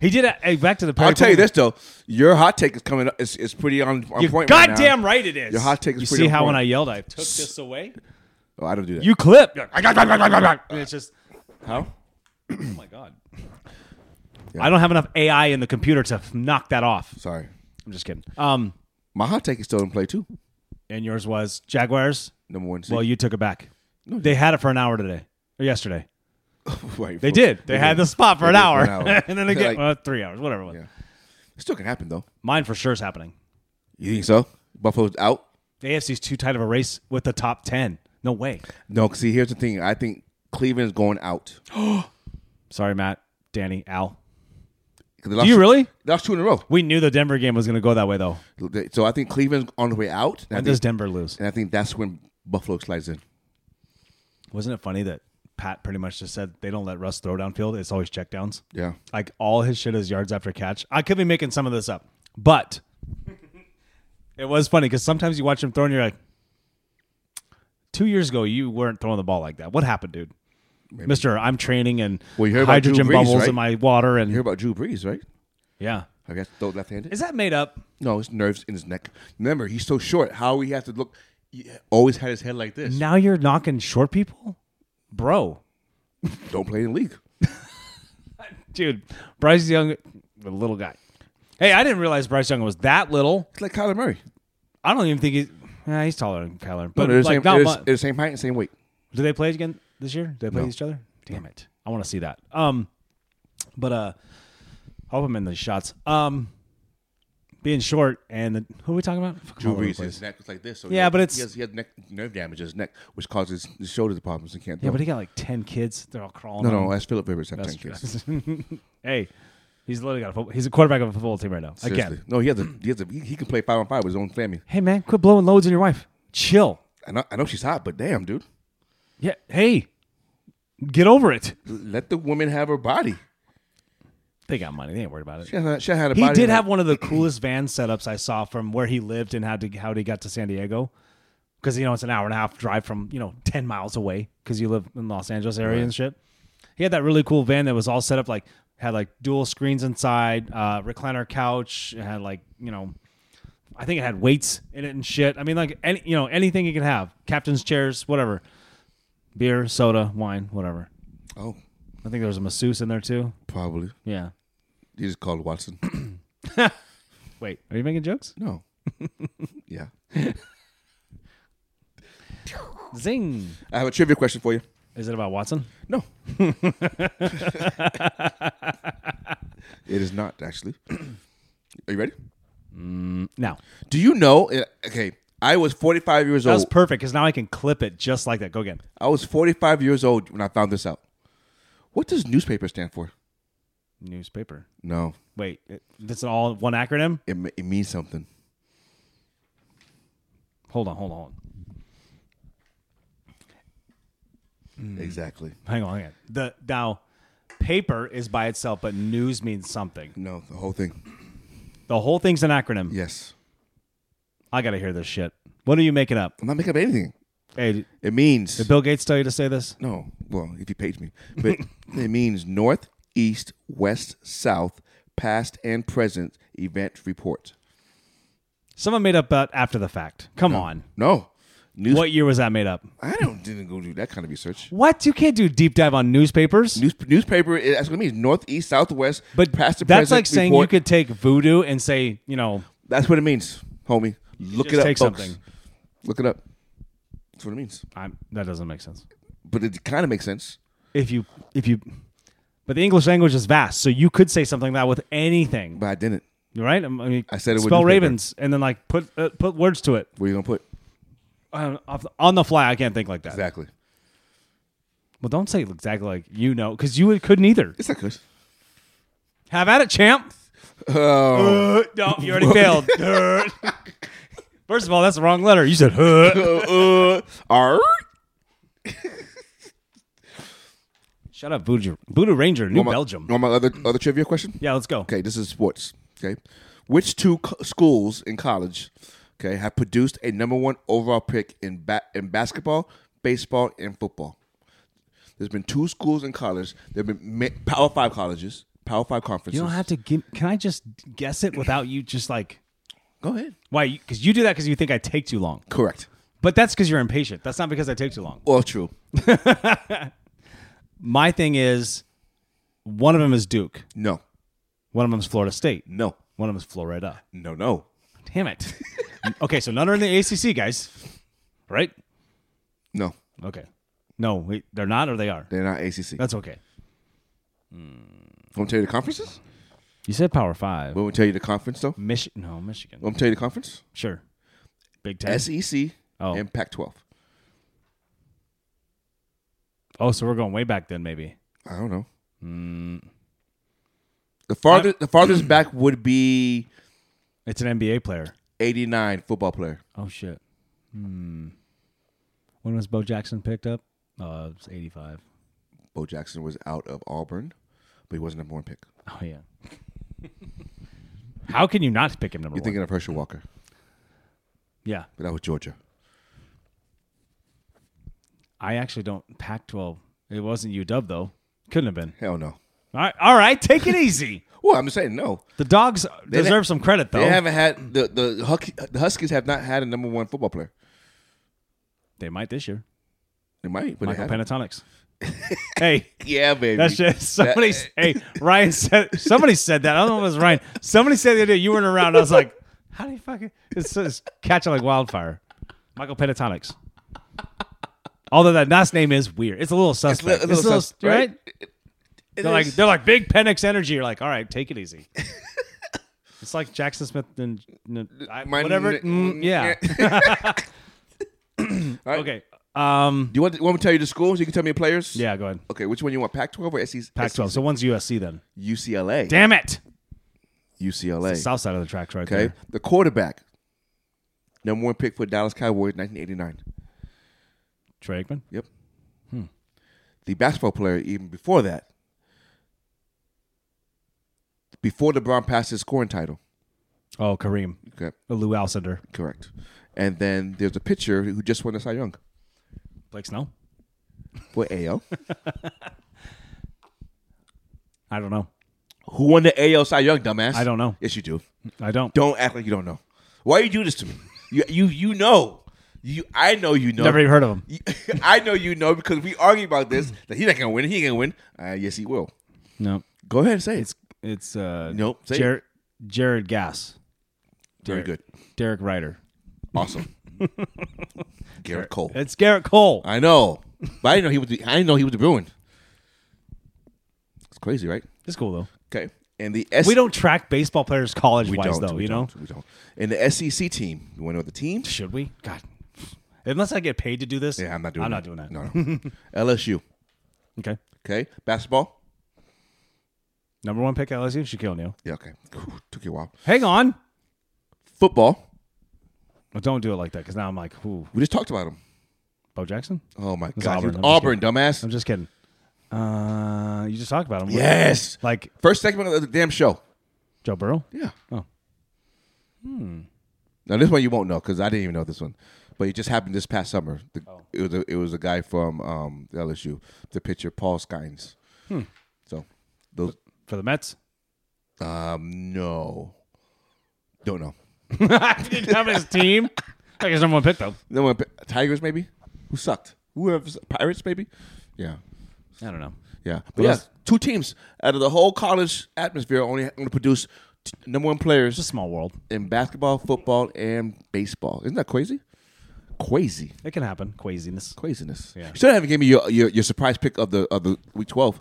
S1: He did. A, hey, back to the.
S2: I'll tell you
S1: this.
S2: this though, your hot take is coming up. It's, it's pretty on, on
S1: You're
S2: point. right now.
S1: goddamn right, it is.
S2: Your hot take is
S1: You
S2: pretty
S1: see
S2: on
S1: how when
S2: point.
S1: I yelled, I took this away.
S2: Oh, I don't do that.
S1: You clip. You're like, and it's just,
S2: how?
S1: oh my god. I don't have enough AI in the computer to f- knock that off.
S2: Sorry,
S1: I'm just kidding. Um,
S2: my hot take is still in play too.
S1: and yours was Jaguars.
S2: Number one. seed.
S1: Well, you took it back. They had it for an hour today or yesterday.
S2: (laughs) Right,
S1: They
S2: for-
S1: did. They had the spot for
S2: They
S1: an
S2: did
S1: hour,
S2: for an hour.
S1: (laughs) and then again,
S2: Like-
S1: well, three hours, whatever. It was.
S2: Yeah. It still can happen though.
S1: Mine for sure is happening.
S2: You think so? Buffalo's out.
S1: The AFC's too tight of a race with the top ten. No way.
S2: No, see, here's the thing. I think Cleveland's going out. (gasps)
S1: Sorry, Matt, Danny, Al.
S2: Do
S1: Do you really?
S2: That's two in a row.
S1: We knew the Denver game was going to go that way, though.
S2: So I think Cleveland's on the way out. And I
S1: When
S2: think,
S1: does Denver lose?
S2: (laughs) and I think that's when Buffalo slides in.
S1: Wasn't it funny that Pat pretty much just said they don't let Russ throw downfield? It's always checkdowns.
S2: Yeah.
S1: Like all his shit is yards after catch. I could be making some of this up, but it was funny because sometimes you watch him throw and you're like, two years ago you weren't throwing the ball like that. What happened, dude? Mister, I'm training and
S2: Well, you heard about Drew
S1: hydrogen
S2: Brees,
S1: bubbles
S2: right?
S1: in my water and
S2: You hear about Drew Brees, right?
S1: yeah.
S2: I guess throw left-handed.
S1: Is that made up?
S2: no, his nerves in his neck. Remember, he's so short. How he has to look. He always had his head like this.
S1: Now you're knocking short people, bro.
S2: Don't play in the league.
S1: dude. Bryce Young, the little guy. Hey, I didn't realize Bryce Young was that little.
S2: It's like Kyler Murray.
S1: I don't even think he's. Nah, he's taller than Kyler,
S2: No,
S1: but
S2: they're, the
S1: like
S2: same,
S1: not
S2: they're,
S1: much.
S2: they're the same height and same weight.
S1: Do they play again this year? Do they play
S2: No.
S1: each other? Damn it! I want to see that. Um, but uh, hope I'm in the shots. Um, being short and the, who are we talking about? Fuck, I'm
S2: Drew
S1: all over the
S2: Brees,
S1: place.
S2: his neck was like this. So
S1: Yeah,
S2: he-
S1: but it's-
S2: he has, he has neck, nerve damage in his neck, which causes his shoulder problems and can't.
S1: Yeah,
S2: throw.
S1: but he got like ten kids. They're all crawling.
S2: no,
S1: on
S2: no,
S1: him.
S2: that's Philip Rivers. That's
S1: That's
S2: ten
S1: (laughs)
S2: kids.
S1: true. hey, he's literally got a football, he's a quarterback of a football team right now.
S2: Seriously.
S1: Again,
S2: No, he has a, he has a, he, he can play five on five with his own family.
S1: hey man, quit blowing loads on your wife. Chill.
S2: I know, I know she's hot, but damn, dude,
S1: Yeah. Hey, get over it.
S2: let the woman have her body.
S1: They got money. They ain't worried about it.
S2: She had, she had a
S1: He
S2: body.
S1: did
S2: like-
S1: have one of the coolest van setups I saw from where he lived and how to how he got to San Diego, because you know it's an hour and a half drive from you know ten miles away because you live in Los Angeles area and shit. He had that really cool van that was all set up like had like dual screens inside, uh, recliner couch, it had like you know, I think it had weights in it and shit. I mean like any you know anything you can have, captain's chairs, whatever, beer, soda, wine, whatever.
S2: Oh,
S1: I think there was a masseuse in there too.
S2: probably.
S1: Yeah.
S2: He just called Watson.
S1: Wait, are you making jokes?
S2: (clears throat) No. (laughs) yeah.
S1: Zing.
S2: I have a trivia question for you.
S1: Is it about Watson?
S2: (laughs) No. it is not actually. (clears throat) Are you ready?
S1: No.
S2: Do you know? uh, Okay, I was 45 years
S1: That was
S2: old.
S1: perfect because now I can clip it just like that. Go again.
S2: I was 45 years old when I found this out. What does newspaper stand for?
S1: Newspaper.
S2: No,
S1: Wait, it, that's all one acronym?
S2: it, me- it means something.
S1: Hold on, hold on, hold on. Mm.
S2: Exactly.
S1: Hang on, hang on. The now paper is by itself, but news means something.
S2: No, the whole thing.
S1: The whole thing's an acronym.
S2: Yes.
S1: I gotta hear this shit. What are you making up?
S2: I'm not making up anything.
S1: Hey, did
S2: It means
S1: Bill Gates tell you to say this?
S2: no. Well, if you paid me, (laughs) but it means north, east, west, south, past and present event report.
S1: Someone made up that after the fact. Come on.
S2: No, news.
S1: What year was that made up?
S2: I don't didn't go do that kind of research.
S1: What? You can't do deep dive on newspapers.
S2: News, newspaper. it- That's what it means. North, east, south, west.
S1: But
S2: past and
S1: that's
S2: present
S1: like saying
S2: report.
S1: you could take voodoo and say, you know,
S2: That's what it means, homie. Look
S1: just
S2: it up,
S1: take
S2: folks.
S1: something.
S2: Look it up. That's what it means.
S1: I'm, that doesn't make sense.
S2: But it kind of makes sense.
S1: If you, if you, but the English language is vast, so you could say something like that with anything,
S2: But I didn't.
S1: right? I mean,
S2: I said it with
S1: spell
S2: newspaper.
S1: ravens and then like put uh, put words to it
S2: Where you gonna put?
S1: um, off the, on the fly. I can't think like that.
S2: Exactly.
S1: Well, don't say exactly like you know, because you couldn't either.
S2: It's not good. (laughs)
S1: Have at it, champ. Uh,
S2: Oh,
S1: no, you already
S2: (laughs)
S1: failed. Uh. First of all, that's the wrong letter. You said huh.
S2: (laughs) uh, art.
S1: Shut up, Voodoo, Voodoo Ranger, New
S2: Want my-
S1: Belgium.
S2: Want my other other trivia question?
S1: Yeah, let's go.
S2: Okay, this is sports. Okay, which two co- schools in college, okay, have produced a number one overall pick in ba- in basketball, baseball, and football? There's been two schools in college. There've been ma- Power Five colleges, Power Five conferences.
S1: You don't have to give. Can I just guess it without you just like
S2: Go ahead.
S1: why? Because you do that because you think I take too long.
S2: Correct.
S1: But that's because you're impatient. That's not because I take too long.
S2: All true.
S1: My thing is, one of them is Duke.
S2: No.
S1: One of them is Florida State.
S2: No.
S1: One of them is Florida.
S2: No. No.
S1: Damn it. (laughs) okay, so none are in the ACC, guys. Right?
S2: No.
S1: Okay. No, wait, they're not, or they are.
S2: They're not ACC.
S1: That's okay.
S2: I'm tell you the conferences.
S1: You said Power Five.
S2: We won't tell you the conference though.
S1: Mich- no, Michigan.
S2: I'm tell you the conference.
S1: Sure. Big Ten.
S2: SEC
S1: Oh.
S2: and Pac-12.
S1: oh, so we're going way back then, maybe.
S2: I don't know.
S1: Mm.
S2: The farthest the farthest (clears throat) back would be
S1: It's an NBA player.
S2: eighty nine football player.
S1: Oh shit. Hmm. When was Bo Jackson picked up? Uh, it's eighty-five.
S2: Bo Jackson was out of Auburn, but he wasn't number one pick.
S1: Oh yeah. (laughs) How can you not pick him number
S2: You're
S1: one?
S2: thinking of Herschel Walker,
S1: yeah,
S2: but that was Georgia.
S1: I actually don't. Pac-12. It wasn't UW though. Couldn't have been.
S2: Hell no.
S1: All right, all right. Take it
S2: (laughs)
S1: easy.
S2: Well, I'm just saying no.
S1: The dogs deserve some credit though.
S2: They haven't had the the, Huck, the Huskies have not had a number one football player.
S1: They might this year.
S2: They might, but
S1: Michael
S2: they haven't. (laughs)
S1: Pentatonics. hey,
S2: Yeah, baby. eh,
S1: That's just somebody. s- hey, Ryan (laughs) said somebody said that. I don't know if it was Ryan. Somebody said the other day you weren't around. I was like, how do you fucking? It's, it's catching like wildfire. Michael Pentatonics. Although that last name is weird. It's a little
S2: li- a
S1: suspect. It's a
S2: little
S1: little,
S2: sus-
S1: right?
S2: right?
S1: They're like they're like big Penix energy. You're like, all right, take it (laughs) easy. it's like Jackson Smith and n- I-
S2: My-
S1: whatever. Mm, yeah. (laughs)
S2: right.
S1: Okay. Um.
S2: Do you want, to, want me to tell you the schools? You can tell me the players.
S1: Yeah. Go ahead.
S2: Okay, which one you want? Pac-12 or SEC?
S1: Pac-12. So one's USC then.
S2: UCLA.
S1: Damn it.
S2: UCLA.
S1: South side of the tracks, right
S2: Okay.
S1: there.
S2: The quarterback. Number one pick for Dallas Cowboys, 1989.
S1: Trey Aikman.
S2: Yep. The basketball player, even before that, before LeBron passed his scoring title.
S1: Oh, Kareem.
S2: Okay,
S1: Lou Alcindor.
S2: correct. And then there's a pitcher who just won the Cy Young
S1: Blake Snow?
S2: for
S1: (laughs)
S2: AL.
S1: I don't know.
S2: who won the AL Cy Young, dumbass?
S1: I don't know.
S2: Yes, you do.
S1: I don't.
S2: Don't act like you don't know. Why you do this to me? You you you know. You I know you know.
S1: Never even heard of him.
S2: You- (laughs) I know you know because we argue about this that he's not gonna win. He ain't gonna win. Uh, yes, he will.
S1: No.
S2: Go ahead and say
S1: It's it's uh
S2: Nope, say it.
S1: Jared Jared Gass.
S2: it. Very good.
S1: Derek Ryder. (laughs)
S2: Awesome. Garrett Cole.
S1: It's Garrett Cole.
S2: I know, but I didn't know he was. The, I didn't know he was the Bruin. It's crazy, right?
S1: It's cool though.
S2: Okay. And the S-
S1: We don't track baseball players college
S2: we
S1: wise though,
S2: we
S1: you know?
S2: don't, we don't. And the SEC team. You want to know the team?
S1: Should we? God. Unless I get paid to do this.
S2: Yeah, I'm not doing.
S1: I'm
S2: that.
S1: not doing that. (laughs)
S2: No, no. LSU.
S1: Okay.
S2: Okay, basketball.
S1: Number one pick LSU, Shaquille O'Neal.
S2: Yeah. Okay. Whew, took you a while.
S1: Hang on.
S2: Football.
S1: Well, don't do it like that because now I'm like, who?
S2: We just talked about him.
S1: Bo Jackson?
S2: Oh my
S1: was
S2: God!
S1: Auburn.
S2: Auburn,
S1: I'm just
S2: Auburn dumbass.
S1: I'm just kidding. Uh, you just talked about him.
S2: Yes.
S1: Like
S2: First segment of the damn show.
S1: Joe Burrow?
S2: Yeah.
S1: Oh. Hmm.
S2: Now this one you won't know because I didn't even know this one, but it just happened this past summer. The,
S1: Oh.
S2: It was a, it was a guy from um, LSU, the pitcher Paul Skynes.
S1: Hmm.
S2: So those
S1: For the Mets?
S2: um no, don't know.
S1: He didn't have his team. I guess number one pick though.
S2: No one Tigers maybe who sucked. Whoever's Pirates maybe. Yeah,
S1: I don't know.
S2: yeah. But yeah, two teams out of the whole college atmosphere only going to produce t- number one
S1: It's a
S2: players
S1: small world.
S2: in basketball, football, and baseball. Isn't that crazy? Crazy.
S1: It can happen. Craziness.
S2: craziness.
S1: Yeah.
S2: You still haven't given me your, your your surprise pick of the of the week twelve.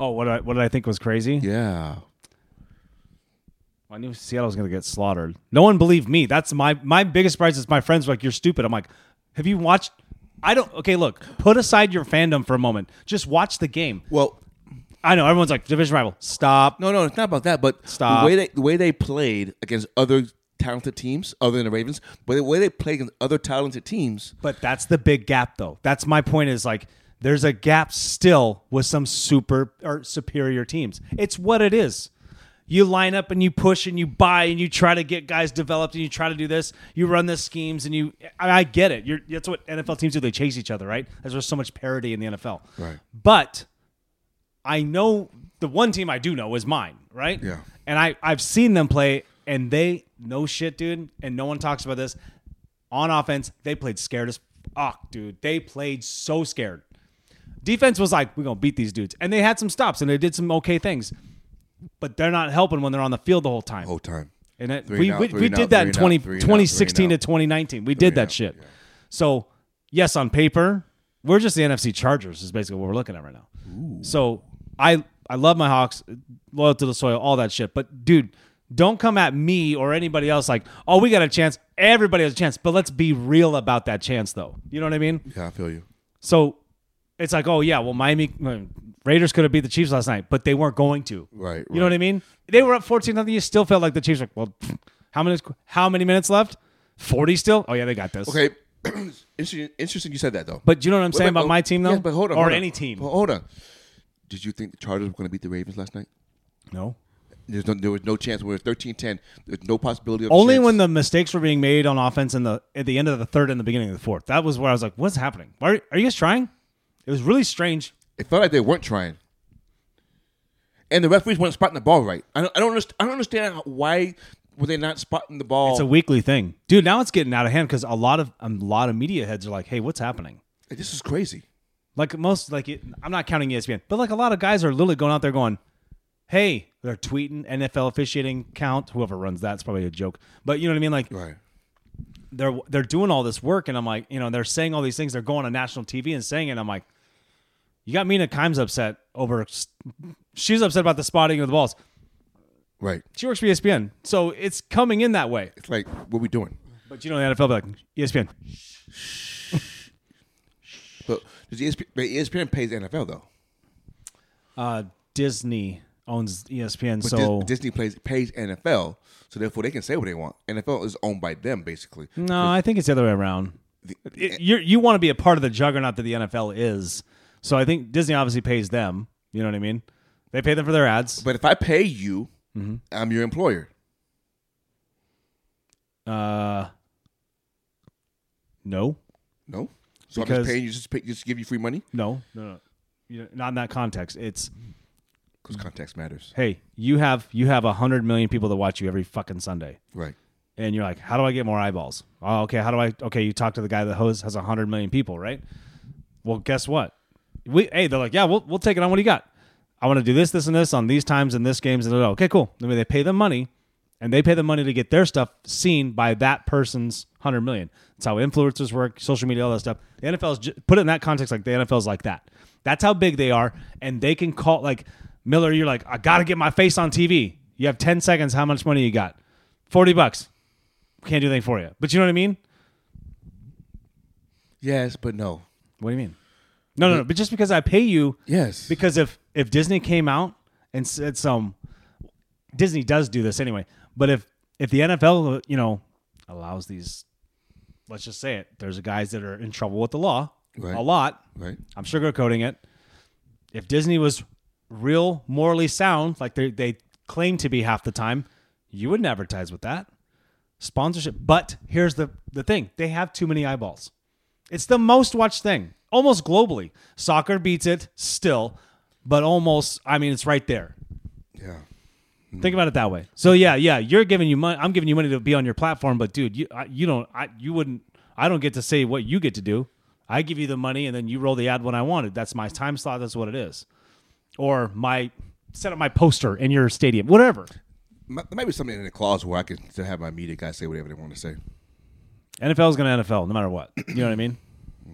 S1: Oh, what I, what did I think was crazy?
S2: Yeah.
S1: I knew Seattle was going to get slaughtered. No one believed me. That's my my biggest surprise. Is my friends were like, "You're stupid." I'm like, "Have you watched?" I don't. Okay, look. Put aside your fandom for a moment. Just watch the game.
S2: Well,
S1: I know everyone's like division rival. Stop.
S2: No, no, it's not about that. But
S1: Stop.
S2: the way they the way they played against other talented teams, other than the Ravens, but the way they played against other talented teams,
S1: But that's the big gap, though. That's my point. Is like there's a gap still with some super or superior teams. It's what it is. You line up and you push and you buy and you try to get guys developed and you try to do this. You run the schemes and you. I, I get it. You're, that's what NFL teams do. They chase each other, right? That's there's so much parity in the NFL.
S2: Right.
S1: But I know the one team I do know is mine, right?
S2: Yeah.
S1: And I I've seen them play, and they no shit, dude. And no one talks about this. On offense, they played scared as fuck, dude. They played so scared. Defense was like, we're gonna beat these dudes, and they had some stops and they did some okay things, but they're not helping when they're on the field the whole time.
S2: whole Oh, time.
S1: And that,
S2: Three
S1: we,
S2: now,
S1: we,
S2: three
S1: we
S2: now,
S1: did that in
S2: three now,
S1: 20,
S2: three now, three
S1: 2016
S2: now.
S1: to 2019. We did
S2: Three now,
S1: that shit.
S2: yeah.
S1: So, yes, on paper, we're just the NFC Chargers is basically what we're looking at right now. So, I I love my Hawks, loyal to the soil, all that shit. But, dude, don't come at me or anybody else like, oh, we got a chance. Everybody has a chance. But let's be real about that chance, though. You know what I mean?
S2: Yeah, I feel you.
S1: So, it's like, oh, yeah, well, Miami Raiders could have beat the Chiefs last night, but they weren't going to.
S2: Right.
S1: You know what I mean? They were up 14 nothing. You still felt like the Chiefs were like, well, pfft, how many how many minutes left? 40 still? Oh yeah, they got this.
S2: Okay. (clears throat) interesting, interesting you said that though.
S1: But do you know what I'm saying
S2: Wait,
S1: about
S2: oh,
S1: my team though?
S2: yeah, but hold on.
S1: Or
S2: hold on.
S1: any team.
S2: Well, hold on. Did you think the Chargers were going to beat the Ravens last night?
S1: No.
S2: There's no, there was no chance. When it was 13-10, there's no possibility of a
S1: Only
S2: chance.
S1: when the mistakes were being made on offense in the at the end of the third and the beginning of the fourth. That was where I was like, what's happening? Why are, are you guys trying? It was really strange.
S2: It felt like they weren't trying. And the referees weren't spotting the ball right. I don't, I don't, underst- I don't understand how, why were they not spotting the ball.
S1: It's a weekly thing. Dude, now it's getting out of hand because a lot of a lot of media heads are like, hey, what's happening?
S2: this is crazy.
S1: Like most, like it, I'm not counting E ESPN, but like a lot of guys are literally going out there going, "Hey," they're tweeting NFL officiating count. Whoever runs that's probably a joke, but you know what I mean. Like
S2: Right.
S1: they're they're doing all this work, and I'm like, you know, they're saying all these things. They're going on national TV and saying it. I'm like, you got Mina Kimes upset over. She's upset about the spotting of the balls.
S2: Right.
S1: She works for E ESPN, so it's coming in that way.
S2: It's like, what we doing?
S1: But you know, the NFL be like "E ESPN.
S2: But does ESPN, but E ESPN pays NFL, though.
S1: Uh, Disney owns E ESPN,
S2: But
S1: so
S2: Dis- Disney plays pays NFL, so therefore they can say what they want. NFL is owned by them, basically.
S1: No, I think it's the other way around.
S2: The-
S1: It- you're, you want to be a part of the juggernaut that the NFL is. So I think Disney obviously pays them. You know what I mean? They pay them for their ads.
S2: But if I pay you,
S1: Mm-hmm.
S2: I'm your employer.
S1: Uh, no,
S2: No, so I'm
S1: Because-
S2: just paying you just, pay, just give you free money
S1: no, no, no. You- Not in that context. It's Mm-hmm.
S2: because context matters.
S1: hey, you have you have a hundred million people that watch you every fucking Sunday,
S2: Right.
S1: and you're like, how do I get more eyeballs? Oh, okay. How do I? Okay, you talk to the guy that hosts has a hundred million people, right? Well, guess what? We hey, they're like, yeah, we'll we'll take it on what do you got. I want to do this, this, and this on these times and this games and da, da, da. okay, cool. I mean, they pay them money, and they pay them money to get their stuff seen by that person's hundred million. That's how influencers work, social media, all that stuff. The NFL's ju- put it in that context, like the NFL's like that. That's how big they are, and they can call like Miller. You're like, I gotta get my face on TV. You have ten seconds. How much money you got? Forty bucks. Can't do anything for you. But you know what I mean?
S2: Yes, but no.
S1: What do you mean? No, no, no. But just because I pay you,
S2: Yes.
S1: Because if if Disney came out and said some, Disney does do this anyway. But if if the NFL, you know, allows these, let's just say it, there's guys that are in trouble with the law
S2: Right.
S1: a lot.
S2: Right.
S1: I'm sugarcoating it. If Disney was real morally sound, like they they claim to be half the time, you wouldn't advertise with that sponsorship. But here's the the thing: they have too many eyeballs. It's the most watched thing almost globally. Soccer beats it still, but almost. I mean, it's right there.
S2: Yeah.
S1: Think about it that way. So yeah, yeah, you're giving you money. I'm giving you money to be on your platform, but dude, you I, you don't. I you wouldn't. I don't get to say what you get to do. I give you the money, and then you roll the ad when I wanted. That's my time slot. That's what it is. Or my set up my poster in your stadium, whatever.
S2: M- There might be something in the clause where I can still have my media guys say whatever they want to say.
S1: NFL is going to NFL, no matter what. You know what I mean?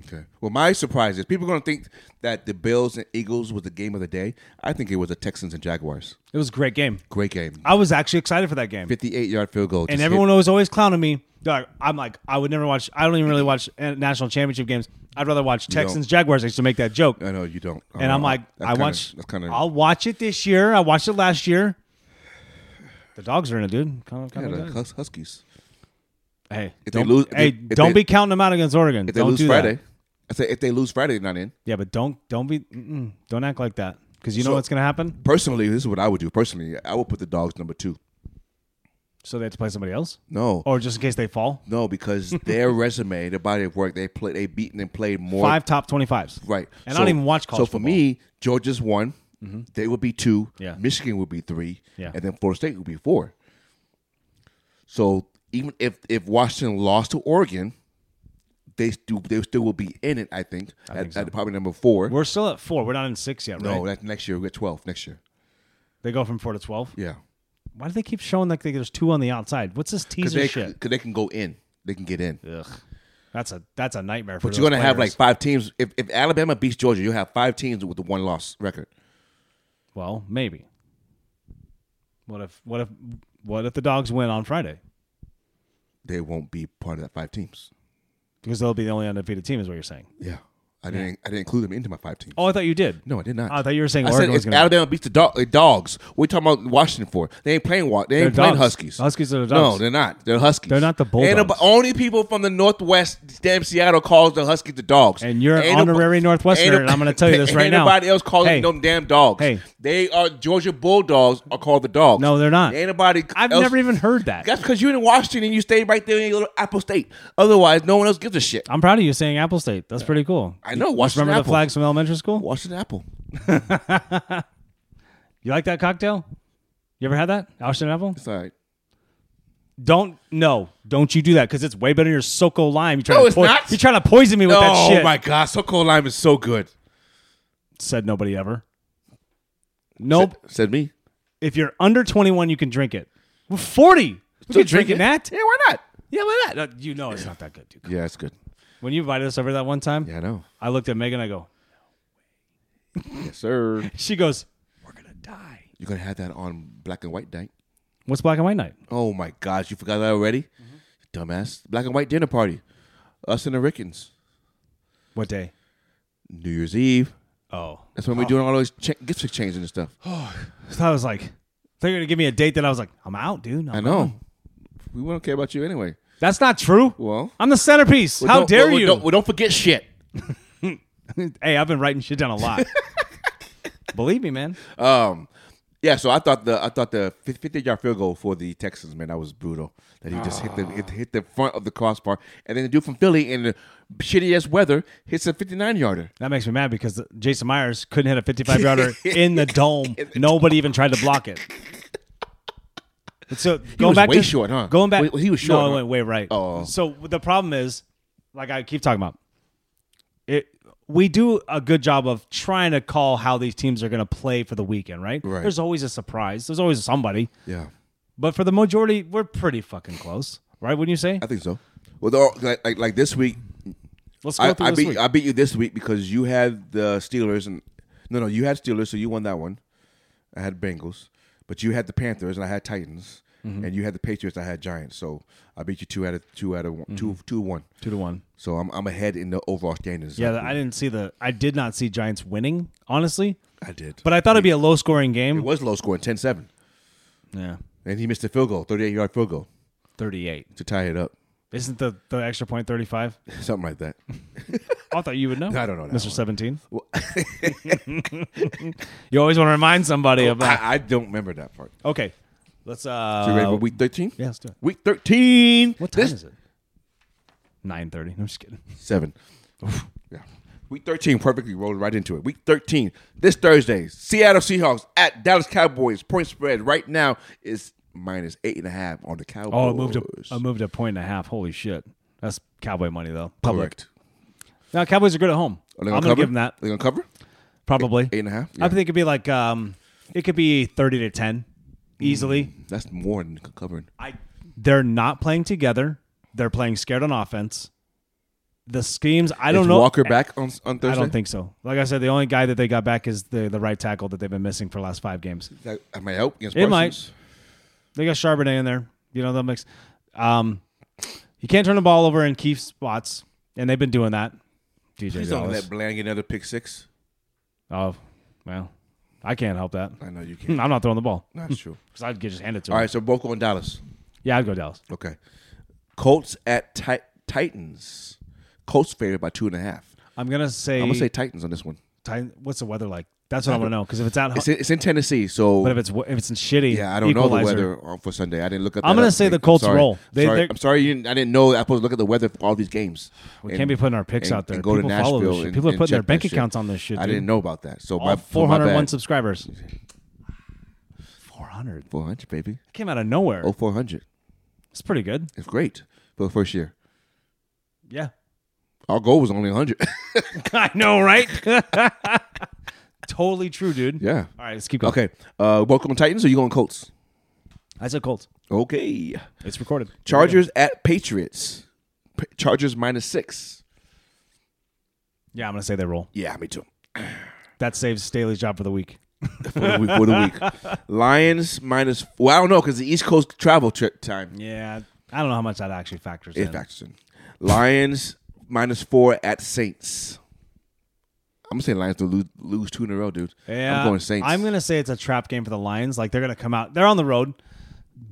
S2: Okay. Well, my surprise is people are going to think that the Bills and Eagles was the game of the day. I think it was the Texans and Jaguars.
S1: It was a great game.
S2: Great game.
S1: I was actually excited for that game.
S2: 58 yard field goal.
S1: and everyone was always clowning me. Like, I'm like, I would never watch. I don't even really watch uh, national championship games. I'd rather watch
S2: don't.
S1: Texans Jaguars. I used to make that joke,
S2: I know you don't.
S1: and I'm like,
S2: Uh, That's
S1: I
S2: kinda-
S1: watch.
S2: That's kind of.
S1: I'll watch it this year. I watched it last year. The dogs are in it, dude. Come- come
S2: Yeah,
S1: on,
S2: the
S1: guys.
S2: Hus- Huskies.
S1: hey,
S2: If they
S1: don't,
S2: lose- if
S1: hey,
S2: they- if
S1: don't
S2: they-
S1: be counting them out against Oregon.
S2: If they
S1: don't
S2: lose
S1: do
S2: Friday,
S1: that.
S2: I say if they lose Friday, they're not in.
S1: Yeah, but don't don't be mm-mm, don't act like that because you know
S2: So-
S1: what's gonna happen.
S2: Personally, this is what I would do. Personally, I would put the dogs number two.
S1: So they have to play somebody else,
S2: No,
S1: or just in case they fall.
S2: no,
S1: (laughs)
S2: because their resume, their body of work, they play, they beaten and played more.
S1: Five top twenty fives.
S2: Right.
S1: And I don't even watch
S2: So
S1: college
S2: for
S1: football. Mm-hmm.
S2: me, Georgia's one. They would be two.
S1: Yeah.
S2: Michigan would be three.
S1: Yeah.
S2: And then Florida State would be four. So even if if Washington lost to Oregon, they still they still will be in it. I think, at, at probably number 4
S1: We're still at four. We're not in six yet, right?
S2: no, that's next year. We get twelve next year.
S1: They go from four to twelve.
S2: Yeah.
S1: Why do they keep showing like there's two on the outside? What's this
S2: Because
S1: teaser
S2: they,
S1: shit?
S2: 'cause they can go in. They can get in.
S1: Ugh, that's a that's a nightmare for.
S2: But you're
S1: those
S2: gonna have like
S1: players.
S2: five teams. If, if Alabama beats Georgia, you'll have five teams with the one loss record.
S1: well, maybe. What if what if what if the dogs win on Friday?
S2: They won't be part of that five teams.
S1: Because they'll be the only undefeated team, is what you're saying.
S2: Yeah. I didn't I didn't include them into my five teams.
S1: Oh, I thought you did.
S2: No, I did not.
S1: I thought you were saying
S2: I said
S1: Oregon was
S2: it's
S1: gonna-
S2: Alabama beats the dog, the dogs. What are you talking about Washington for? They ain't playing. Wa- They ain't
S1: They're
S2: playing
S1: dogs.
S2: Huskies.
S1: Huskies are the
S2: No,
S1: dogs.
S2: they're not. They're Huskies.
S1: They're not the
S2: Ain't
S1: Bulldogs.
S2: only people from the Northwest, damn Seattle, calls the Huskies the dogs.
S1: And you're an
S2: Ain't nobo-
S1: honorary Northwesterner,
S2: ain't
S1: and I'm gonna
S2: (laughs)
S1: tell you this
S2: ain't
S1: right now.
S2: Nobody else calling
S1: Hey.
S2: them damn dogs.
S1: Hey.
S2: they are Georgia Bulldogs are called the dogs.
S1: No, they're not.
S2: Ain't nobody.
S1: I've
S2: else-
S1: never even heard that.
S2: That's because you're in Washington and you stay right there in your little Apple State. Otherwise, no one else gives a shit.
S1: I'm proud of you saying Apple State. That's pretty cool.
S2: I know. Washington
S1: Remember
S2: Apple.
S1: the flags from elementary school?
S2: Washington Apple.
S1: You like that cocktail? You ever had that? Austin Apple?
S2: It's all right.
S1: Don't no, don't you do that because it's way better than your Soko lime. You trying
S2: No,
S1: to
S2: it's not.
S1: You're trying to poison me with that
S2: oh
S1: shit.
S2: my God, Soko Lime is so good.
S1: Said nobody ever. Nope.
S2: Said, said me.
S1: if you're under 21, you can drink it. We're 40. We
S2: Still
S1: can drink it. that.
S2: Yeah, why not?
S1: Yeah, why not? Uh, You know it's not that good, dude.
S2: Yeah, it's good.
S1: When you invited us over that one time,
S2: Yeah, I know.
S1: I looked at Megan. I go,
S2: Yes, sir.
S1: she goes, we're gonna die.
S2: You're gonna have that on black and white night.
S1: What's black and white night?
S2: Oh my gosh, you forgot that already?
S1: Mm-hmm.
S2: Dumbass. Black and white dinner party. Us and the Rickens.
S1: What day?
S2: New Year's Eve.
S1: Oh,
S2: That's when we're doing all those ch- gift exchanges and stuff.
S1: so I was like, they're gonna give me a date that I was like, I'm out, dude. I'm
S2: I know. We don't care about you anyway.
S1: That's not true.
S2: Well,
S1: I'm the centerpiece.
S2: well,
S1: How
S2: don't-
S1: dare
S2: well, well,
S1: you?
S2: Don't, well, don't forget shit.
S1: hey, I've been writing shit down a (laughs) lot. Believe me, man.
S2: Um, yeah. So I thought the I thought the fifty yard field goal for the Texans man that was brutal. That he just hit the
S1: Ah.
S2: it hit the front of the crossbar, and then the dude from Philly in the shitty ass weather hits a fifty nine yarder.
S1: That makes me mad because Jason Myers couldn't hit a
S2: (laughs)
S1: 55 yarder in the dome. Nobody even tried to block it. But So going
S2: was
S1: back
S2: way
S1: to,
S2: short, huh?
S1: Going back,
S2: Wa- he was short,
S1: No, it
S2: huh?
S1: went way right.
S2: Oh.
S1: so the problem is, like I keep talking about, it. We do a good job of trying to call how these teams are going to play for the weekend, right?
S2: Right.
S1: There's always a surprise. There's always somebody,
S2: Yeah,
S1: but for the majority, we're pretty fucking close, right? Wouldn't you say?
S2: I think so. Well, they're all- like, like like this week,
S1: Let's go
S2: I,
S1: through
S2: I
S1: this
S2: beat
S1: week.
S2: I beat you this week because you had the Steelers and no no you had Steelers so you won that one. I had Bengals, but you had the Panthers and I had Titans,
S1: Mm-hmm.
S2: and you had the Patriots. I had Giants. So I beat you two out of two out of one, two two one.
S1: Mm-hmm. Two to one.
S2: So I'm I'm ahead in the overall standings.
S1: Yeah, I didn't see the. I did not see Giants winning, honestly.
S2: I did.
S1: But I thought it'd be a low scoring
S2: It
S1: game.
S2: was low scoring, 10 7.
S1: Yeah,
S2: And he missed a field goal, 38 yard field goal
S1: thirty eight.
S2: to tie it up. (laughs)
S1: Isn't the, the extra point thirty five?
S2: Something
S1: (laughs)
S2: like that.
S1: I thought you would know.
S2: (laughs) I don't know that
S1: Mister
S2: one.
S1: Seventeen.
S2: (laughs)
S1: you always want to remind somebody about.
S2: Oh, I, I don't remember that part.
S1: Okay, let's.
S2: So you ready for
S1: Uh,
S2: week 13?
S1: yeah, let's do it.
S2: Week 13.
S1: What time
S2: This-
S1: is it? Nine thirty. I'm just kidding.
S2: 7. yeah. Week 13 perfectly rolled right into it. Week 13, this Thursday, Seattle Seahawks at Dallas Cowboys. Point spread right now is minus 8.5 on the Cowboys.
S1: Oh, I moved a I moved a point and a half. Holy shit! That's cowboy money though. Public.
S2: Correct.
S1: Now Cowboys are good at home.
S2: Are
S1: I'm
S2: they
S1: gonna
S2: cover?
S1: give them that
S2: They're going to cover?
S1: probably.
S2: Eight and a half?
S1: I
S2: Yeah.
S1: think it'd be like um, it could be thirty to ten
S2: Mm-hmm.
S1: easily.
S2: That's more than covering.
S1: I they're not playing together. They're playing scared on offense. the schemes. I
S2: I
S1: don't know.
S2: Walker back on, on Thursday.
S1: I don't think so. Like I said, the only guy that they got back is the, the right tackle that they've been missing for the last five games.
S2: that, that might help against
S1: It might.
S2: Parsons.
S1: They got Charbonnet in there. You know, they'll mix. Um, you can't turn the ball over in key spots, and they've been doing that. DJ
S2: Please don't let
S1: Dallas.
S2: Bland get another pick six.
S1: Oh, well, I can't help that. (clears throat)
S2: I know you can't.
S1: I'm not throwing the ball
S2: (laughs) That's true.
S1: because I'd get just handed to him.
S2: All right, so both going Dallas.
S1: Yeah, I'd go Dallas.
S2: Okay. Colts at Ti- Titans. Colts favored by two and a half.
S1: I'm gonna say.
S2: I'm gonna say Titans on this one.
S1: Titan- what's the weather like? That's what I want to know. Because if it's out,
S2: It's in, it's in Tennessee, so
S1: but if it's if it's shitty,
S2: yeah, I don't know
S1: equalizer.
S2: the weather on- for Sunday. I didn't look at.
S1: I'm
S2: that
S1: gonna
S2: up.
S1: say the
S2: I'm
S1: Colts
S2: sorry.
S1: roll. They-
S2: sorry.
S1: they're-
S2: I'm sorry, you didn't, I didn't know I was supposed to look at the weather for all these games.
S1: We can't be putting our picks
S2: and-
S1: out there.
S2: and go to
S1: People follow this
S2: Nashville
S1: shit.
S2: and-
S1: People are
S2: and
S1: putting their
S2: check
S1: bank
S2: that shit.
S1: accounts on this shit,
S2: I
S1: dude.
S2: didn't know about that. So
S1: All
S2: my,
S1: 401
S2: subscribers.
S1: subscribers. 400.
S2: Four hundred, baby.
S1: Came out of nowhere.
S2: Oh, 400.
S1: It's pretty good.
S2: It's great for the first year.
S1: Yeah.
S2: Our goal was only 100.
S1: (laughs) I know, right? (laughs) totally true, dude.
S2: (laughs) yeah.
S1: All right, let's keep going.
S2: Okay. Uh, welcome Titans. Or you going Colts?
S1: I said Colts.
S2: Okay.
S1: It's recorded.
S2: Chargers at Patriots. Pa- Chargers minus six.
S1: Yeah, I'm going to say they roll.
S2: Yeah, me too.
S1: That saves Staley's job for the week.
S2: For the week. For the
S1: (laughs)
S2: week. Lions minus. Well, I don't know because the East Coast travel trip time.
S1: Yeah. I don't know how much that actually factors
S2: It
S1: in.
S2: factors in. Lions minus four at Saints. I'm saying Lions to lose, lose two in a row, dude.
S1: yeah.
S2: I'm going Saints.
S1: I'm going to say it's a trap game for the Lions. Like, they're going to come out. They're on the road.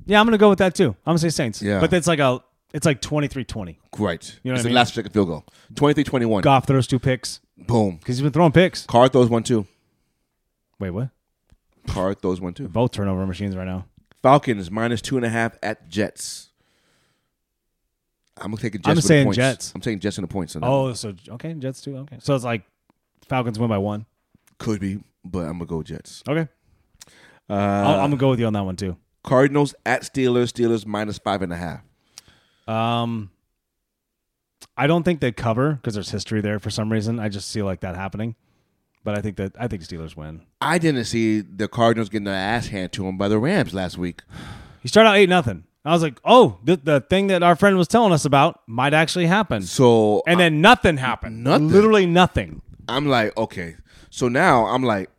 S1: Yeah, I'm going to go with that, too. I'm going to say Saints.
S2: Yeah.
S1: But it's like a. It's like 23 20. You
S2: Right.
S1: know what
S2: it's
S1: I mean?
S2: the last second field goal. 23 21.
S1: Goff throws two picks
S2: Boom.
S1: because he's been throwing picks.
S2: Carr throws one too.
S1: Wait, what?
S2: Carr throws one too.
S1: Both turnover machines right now.
S2: Falcons minus two and a half at Jets. I'm gonna take a Jets.
S1: I'm
S2: with the
S1: saying
S2: points.
S1: Jets.
S2: I'm taking Jets in the points. On that.
S1: Oh, so okay, Jets too. Okay, so it's like Falcons win by one.
S2: could be, but I'm gonna go Jets.
S1: Okay,
S2: Uh,
S1: I'll, I'm gonna go with you on that one too.
S2: Cardinals at Steelers. Steelers minus five and a half.
S1: Um, I don't think they cover because there's history there for some reason. I just see like that happening, but I think that I think Steelers win.
S2: I didn't see the Cardinals getting their ass handed to them by the Rams last week.
S1: You start out eight nothing. I was like, oh, the, the thing that our friend was telling us about might actually happen,
S2: So uh,
S1: and then nothing happened.
S2: Nothing.
S1: Literally nothing.
S2: I'm like, okay. So now I'm like,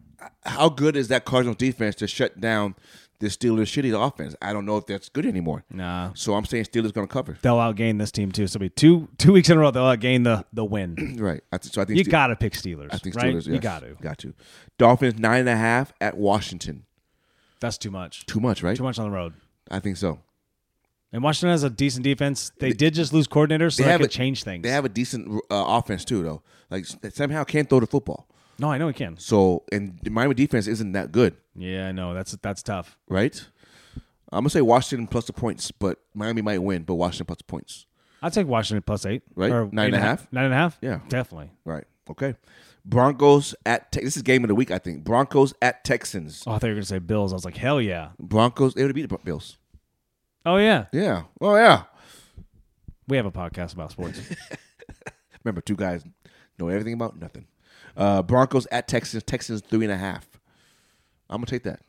S2: how good is that Cardinals defense to shut down the Steelers' shitty offense? I don't know if that's good anymore.
S1: Nah.
S2: So I'm saying Steelers gonna cover.
S1: They'll outgain this team too. So it'll be two two weeks in a row. They'll outgain the the win.
S2: Right. (clears throat) I th- so I think
S1: You
S2: Ste-
S1: gotta pick Steelers.
S2: I think
S1: right?
S2: Steelers.
S1: You
S2: yes.
S1: gotta.
S2: Got to. Dolphins nine and a half at Washington.
S1: That's too much.
S2: Too much, right?
S1: Too much on the road.
S2: I think so.
S1: And Washington has a decent defense. They, did just lose coordinators, so that could
S2: a-
S1: change things.
S2: They have a decent uh, offense too, though. Like s- somehow can't throw the football.
S1: no, I know he can.
S2: So and the Miami defense isn't that good,
S1: Yeah, I know. That's that's tough.
S2: right? I'm gonna say Washington plus the points, but Miami might win, but Washington plus the points.
S1: I'll take Washington plus eight.
S2: Right?
S1: Or eight
S2: Nine and a half?
S1: Nine and a half?
S2: Yeah.
S1: Definitely.
S2: Right. Okay. Broncos at Tex this is game of the week, I think. Broncos at Texans.
S1: Oh, I thought you were gonna say Bills. I was like, hell yeah.
S2: Broncos, they would beat the Bills.
S1: Oh yeah.
S2: Yeah. Oh yeah.
S1: We have a podcast about sports.
S2: Remember, two guys know everything about nothing. Uh, Broncos at Texans. Texans three and a half. I'm gonna take that.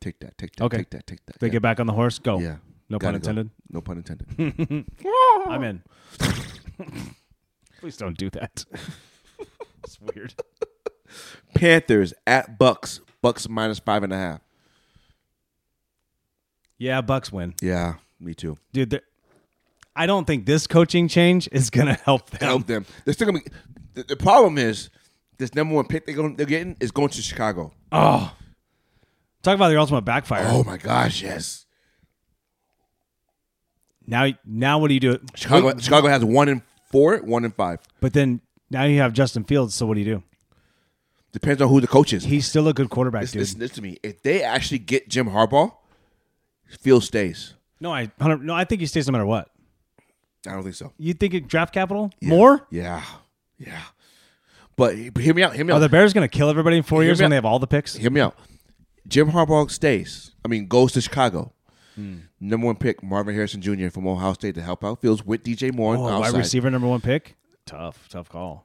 S2: Take that. Take that.
S1: Okay.
S2: Take that. Take that.
S1: they
S2: yeah.
S1: get back on the horse, go.
S2: Yeah.
S1: No
S2: Gotta
S1: pun
S2: go. (laughs)
S1: intended.
S2: No pun intended.
S1: I'm in. Please don't do that. (laughs) It's weird.
S2: Panthers at Bucks. Bucks minus five and a half.
S1: Yeah, Bucks win.
S2: Yeah, me too.
S1: Dude, they're- I don't think this coaching change is gonna help them.
S2: Help them. They're still gonna be. The, the problem is this number one pick they're, gonna, they're getting is going to Chicago.
S1: Oh. Talk about their ultimate backfire.
S2: Oh my gosh, yes.
S1: Now, now what do you do?
S2: Chicago. Chicago has one in four, one in five.
S1: But then now you have Justin Fields. So what do you do?
S2: Depends on who the coach is.
S1: He's still a good quarterback,
S2: Listen,
S1: dude.
S2: listen, listen to me. If they actually get Jim Harbaugh, Field stays.
S1: No, I 100 no, I think he stays no matter what.
S2: I don't think so.
S1: You think it draft capital more?
S2: Yeah, yeah. But, but hear me out. Hear me
S1: Are
S2: out.
S1: the Bears going to kill everybody in four
S2: Hear
S1: years
S2: me
S1: when
S2: out.
S1: they have all the picks?
S2: hear me out. Jim Harbaugh stays. I mean, goes to Chicago. Number one pick Marvin Harrison Jr. from Ohio State to help out Fields with DJ Moore on
S1: Oh,
S2: the
S1: wide
S2: outside.
S1: receiver number one pick. Tough, tough call.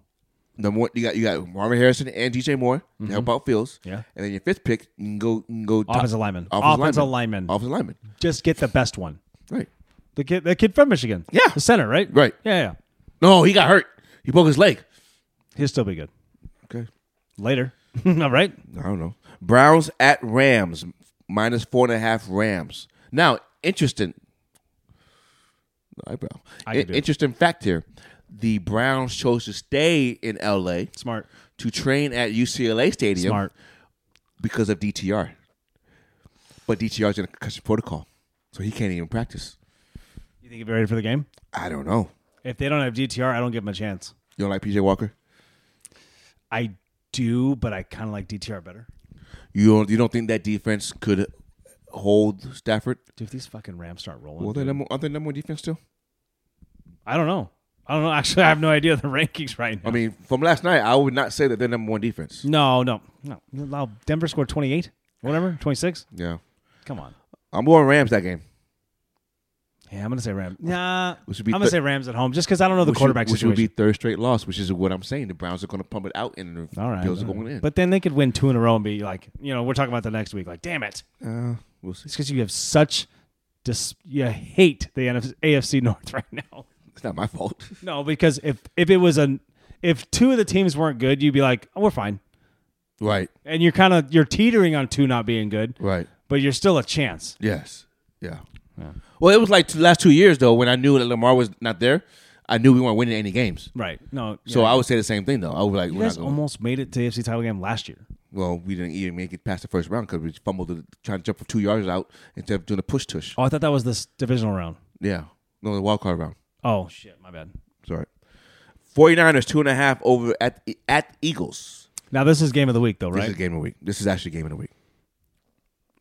S2: Number one, you got you got Marvin Harrison and DJ Moore to help out Fields.
S1: Yeah.
S2: and then your fifth pick, you can go you can go top-
S1: Offensive lineman.
S2: offensive,
S1: Offensive lineman.
S2: lineman, offensive lineman.
S1: Just get the best one.
S2: Right.
S1: The kid, the kid from Michigan.
S2: Yeah.
S1: the center, right?
S2: Right.
S1: Yeah, yeah.
S2: No, he got hurt. He broke his leg.
S1: He'll still be good
S2: Okay.
S1: later. (laughs) All right.
S2: I don't know. Browns at Rams, minus four and a half Rams. Now, interesting. Eyebrow.
S1: I can
S2: In-
S1: do it.
S2: interesting fact here. The Browns chose to stay in LA
S1: Smart.
S2: to train at UCLA Stadium
S1: Smart.
S2: because of DTR. But DTR's in a concussion protocol, so he can't even practice.
S1: You think he'll be ready for the game?
S2: I don't know.
S1: If they don't have DTR, I don't give him a chance.
S2: You don't like PJ Walker?
S1: I do, but I kind of like DTR better.
S2: You don't, you don't think that defense could hold Stafford?
S1: Dude, if these fucking Rams start rolling,
S2: Well, they're number, aren't they number one defense still?
S1: I don't know. I don't know. (laughs) Actually, I have no idea the rankings right now.
S2: I mean, from last night, I would not say that they're number one defense.
S1: no, no, no. You Allow Denver scored twenty eight, whatever, twenty six.
S2: Yeah.
S1: Come on.
S2: I'm going Rams that game.
S1: Yeah, I'm gonna say Rams. Nah, I'm
S2: Which would be
S1: gonna
S2: thir-
S1: say Rams at home just because I don't know the quarterback
S2: which, would- which would
S1: situation.
S2: be third straight loss, which is what I'm saying. The Browns are going to pump it out, and the
S1: all right,
S2: Bills are
S1: all right.
S2: going in.
S1: but then they could win two in a row and be like, you know, we're talking about the next week. Like, damn it,
S2: uh, we'll see.
S1: it's because you have such, dis- you hate the NF- AFC North (laughs) right now.
S2: It's not my fault. (laughs)
S1: No, because if if it was an if two of the teams weren't good, you'd be like, oh, we're fine,
S2: right.
S1: and you're kind of you're teetering on two not being good,
S2: Right.
S1: but you're still a chance.
S2: Yes. Yeah. Well, it was like the last two years though when I knew that Lamar was not there. I knew we weren't winning any games.
S1: Right. No.
S2: So
S1: yeah. oh.
S2: I would say the same thing though. I would be like,
S1: you
S2: we're not
S1: guys
S2: going.
S1: almost made it to the AFC title game last year.
S2: well, we didn't even make it past the first round because we fumbled the, trying to jump for two yards out instead of doing a push tush.
S1: Oh, I thought that was this divisional round.
S2: Yeah. No, the wild card round.
S1: Oh shit, my bad.
S2: Sorry. 49ers, two and a half over at at Eagles.
S1: Now this is game of the week though,
S2: This
S1: right?
S2: is game of the week. This is actually game of the week.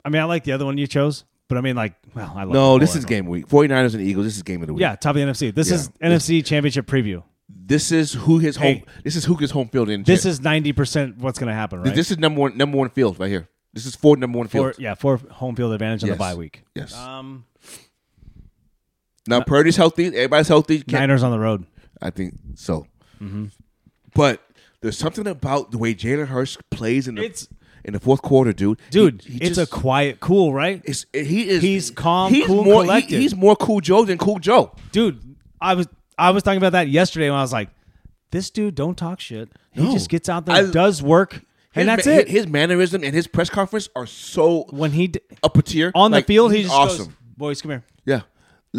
S1: I mean, I like the other one you chose, but I mean, like, well, I love
S2: No,
S1: the
S2: this
S1: whole
S2: is
S1: NFL.
S2: game of the week. 49ers and Eagles, this is game of the week.
S1: Yeah, top of the NFC. This
S2: Yeah.
S1: is NFC Championship preview.
S2: This is who his home
S1: Hey.
S2: this is who gets home field in.
S1: This is ninety percent what's going to happen, right?
S2: this is number one number one field right here. This is four number one
S1: for
S2: field.
S1: yeah, for home field advantage on
S2: Yes.
S1: the bye week.
S2: Yes.
S1: Um,
S2: now Purdy's healthy, everybody's healthy. Can't-
S1: Niners on the road.
S2: I think so.
S1: Mm-hmm.
S2: But there's something about the way Jalen Hurst plays in the
S1: It's-
S2: in the fourth quarter, dude. He-
S1: Dude,
S2: he
S1: it's
S2: just-
S1: a quiet, cool, right?
S2: it's, he is
S1: he's calm, cool,
S2: more, he-
S1: collected.
S2: he's more cool Joe than cool Joe.
S1: dude i was i was talking about that yesterday when i was like this dude don't talk shit he
S2: No.
S1: just gets out there
S2: I-
S1: and does work and
S2: His
S1: that's
S2: ma-
S1: it
S2: His mannerism and his press conference are so
S1: when he d-
S2: upper tier.
S1: on
S2: Like,
S1: the field he
S2: he's
S1: just
S2: awesome.
S1: goes boys come here
S2: yeah,
S1: we're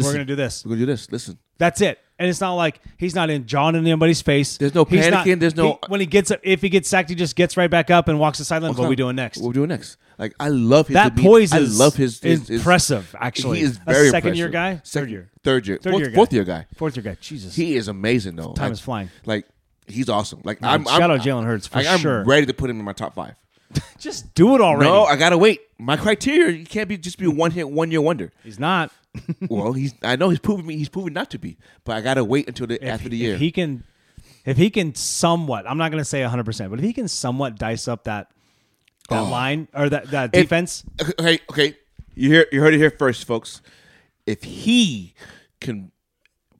S2: Listen,
S1: gonna do this
S2: We're gonna do this. Listen,
S1: that's it and it's not like he's not in John in anybody's face.
S2: There's no
S1: He's not-
S2: panicking, there's no-
S1: he- when he gets up, if he gets sacked, he just gets right back up and walks the sideline. What are we doing next?
S2: What we doing next? Like I love his
S1: That
S2: demeanor.
S1: poise
S2: I
S1: is
S2: love his, his- his-
S1: impressive, actually.
S2: he is
S1: A
S2: very
S1: second-year
S2: impressive.
S1: guy?
S2: Second-
S1: Third year.
S2: third year,
S1: Third
S2: fourth,
S1: year guy.
S2: fourth year guy.
S1: Fourth year guy, Jesus,
S2: He is amazing though.
S1: Time
S2: Like-
S1: is flying.
S2: Like he's awesome. Like
S1: Man,
S2: I'm,
S1: shout
S2: I'm
S1: out Jalen Hurts for
S2: like, I'm
S1: sure.
S2: ready to put him in my top five.
S1: just do it already.
S2: No, I gotta wait. My criteria you can't be just be a one hit one year wonder. (laughs)
S1: he's not.
S2: well, he's I know he's proving me he's proving not to be, but I gotta wait until the
S1: if-
S2: after the year.
S1: If he can, if he can somewhat, I'm not going to say 100, percent but if he can somewhat dice up that that line or that that
S2: Oh. If-
S1: defense,
S2: okay, okay. You hear you heard it here first, folks. If he can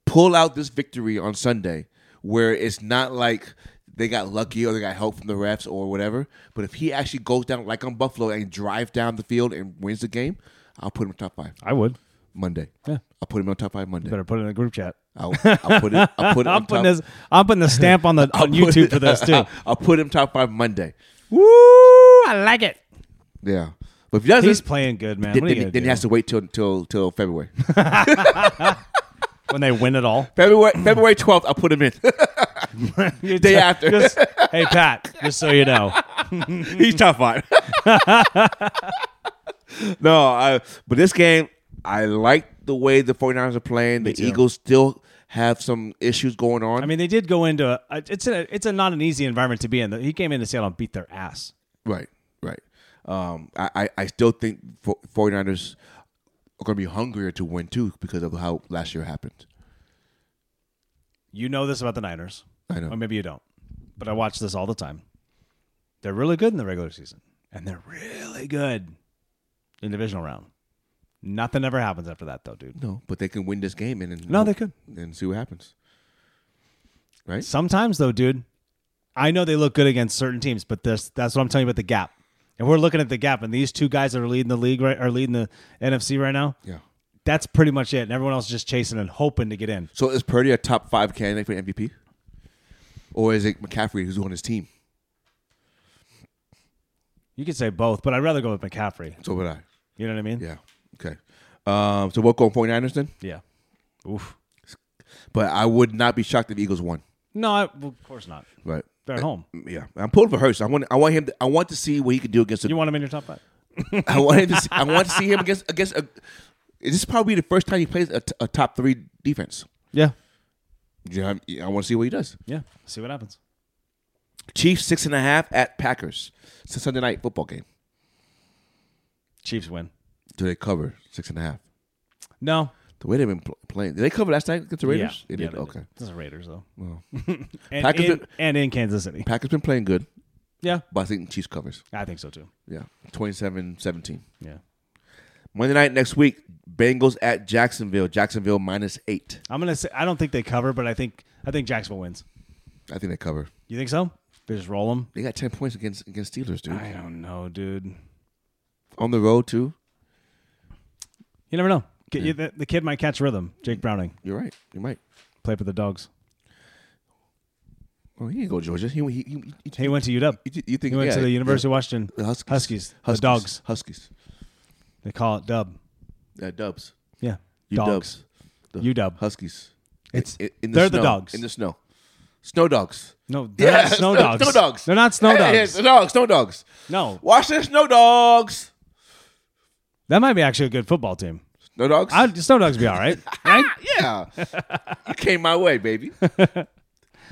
S2: pull out this victory on Sunday, where it's not like they got lucky or they got help from the refs or whatever, but if he actually goes down like on Buffalo and drive down the field and wins the game, I'll put him in top five
S1: I would.
S2: Monday.
S1: Yeah.
S2: I'll put him on top five Monday.
S1: Better put it in the group chat.
S2: I'll, I'll put it.
S1: (laughs)
S2: I'll put it.
S1: I'm
S2: on top,
S1: putting this. I'm putting the stamp
S2: (laughs)
S1: on the
S2: I'll
S1: on
S2: put
S1: YouTube
S2: it-
S1: for this too.
S2: (laughs) I'll put him top five Monday.
S1: Woo! I like it.
S2: Yeah, but if he doesn't,
S1: He's playing good, man.
S2: then,
S1: What are you
S2: then,
S1: gonna
S2: then he
S1: do?
S2: has to wait till till till February.
S1: when they win it all.
S2: February February twelfth, I'll put him in. (laughs)
S1: You
S2: Day
S1: tell-
S2: after.
S1: just-
S2: (laughs)
S1: hey Pat, just so you know,
S2: He's top five. (laughs) no, I, but this game, I like the way the 49ers are playing. The Eagles still have some issues going on.
S1: I mean they did go into a, it's a it's a not an easy environment to be in. He came into Seattle and beat their ass.
S2: right, right. Um, I, I, I still think fo- 49ers are going to be hungrier to win too because of how last year happened.
S1: You know this about the Niners.
S2: I know.
S1: Or maybe you don't. But I watch this all the time. They're really good in the regular season. And they're really good in the divisional round. Nothing ever happens after that though, dude.
S2: No, but they can win this game and, and
S1: No, they could.
S2: and see what happens. Right?
S1: Sometimes though, dude, I know they look good against certain teams, but this that's what I'm telling you about the gap. And we're looking at the gap, and these two guys that are leading the league right are leading the NFC right now.
S2: Yeah.
S1: that's pretty much it. And everyone else is just chasing and hoping to get in.
S2: So is Purdy a top five candidate for MVP, or is it McCaffrey who's on his team?
S1: You could say both, but I'd rather go with McCaffrey.
S2: So would I.
S1: You know what I mean?
S2: Yeah. Okay. Um, so we'll go on 49ers then.
S1: Yeah. Oof.
S2: But I would not be shocked if the Eagles won.
S1: No, I, well, of course not.
S2: Right.
S1: They're at home.
S2: Yeah. I'm pulling for Hurst. I want. I want him. To, I want to see what he can do against.
S1: You
S2: A,
S1: want him in your top five?
S2: (laughs) I want him to. See, I want to see him against against. A, this is probably the first time he plays a, t- a top three defense.
S1: Yeah.
S2: You know, I, I want to see what he does.
S1: Yeah. See what happens.
S2: Chiefs six and a half at Packers. It's a Sunday night football game.
S1: Chiefs win.
S2: Do they cover six and a half?
S1: No.
S2: The way they've been pl- playing, did they cover last night against the Raiders?
S1: Yeah.
S2: They
S1: yeah,
S2: did.
S1: they
S2: okay.
S1: This is Raiders though.
S2: Well.
S1: (laughs) and,
S2: Packers
S1: in,
S2: are-
S1: and in Kansas City.
S2: Packers been playing good,
S1: Yeah.
S2: but I think Chiefs covers.
S1: I think so too.
S2: Yeah, 27-17.
S1: Yeah.
S2: Monday night next week, Bengals at Jacksonville. Jacksonville minus eight.
S1: I'm gonna say I don't think they cover, but I think I think Jacksonville wins.
S2: I think they cover.
S1: You think so? They just roll them.
S2: They got ten points against against Steelers, dude.
S1: I don't know, dude.
S2: On the road too.
S1: You never know. Get, you, the, the kid might catch rhythm. Jake Browning
S2: You're right. You might.
S1: play for the Dogs.
S2: Oh, he didn't go to Georgia. He he, he, he-
S1: He went to UW.
S2: you, you think
S1: He went
S2: yeah,
S1: to the University of Washington
S2: the Huskies.
S1: Huskies. The
S2: Huskies.
S1: Dogs.
S2: Huskies.
S1: They call it Dub.
S2: Uh, dubs.
S1: Yeah,
S2: You
S1: Dogs.
S2: dubs. The
S1: You dub.
S2: Huskies.
S1: It's-
S2: in, in
S1: they're the
S2: snow.
S1: dogs.
S2: in the snow. Snow dogs.
S1: No, they're not snow dogs.
S2: (laughs) Snow dogs.
S1: They're not
S2: (laughs)
S1: snow
S2: Hey, hey,
S1: dogs.
S2: Snow dogs. Snow dogs.
S1: No,
S2: Washington snow dogs.
S1: that might be actually a good football team.
S2: Snow dogs. Ah,
S1: I, snow Dogs be all
S2: (laughs)
S1: right, right?
S2: yeah, (laughs) you came my way, baby.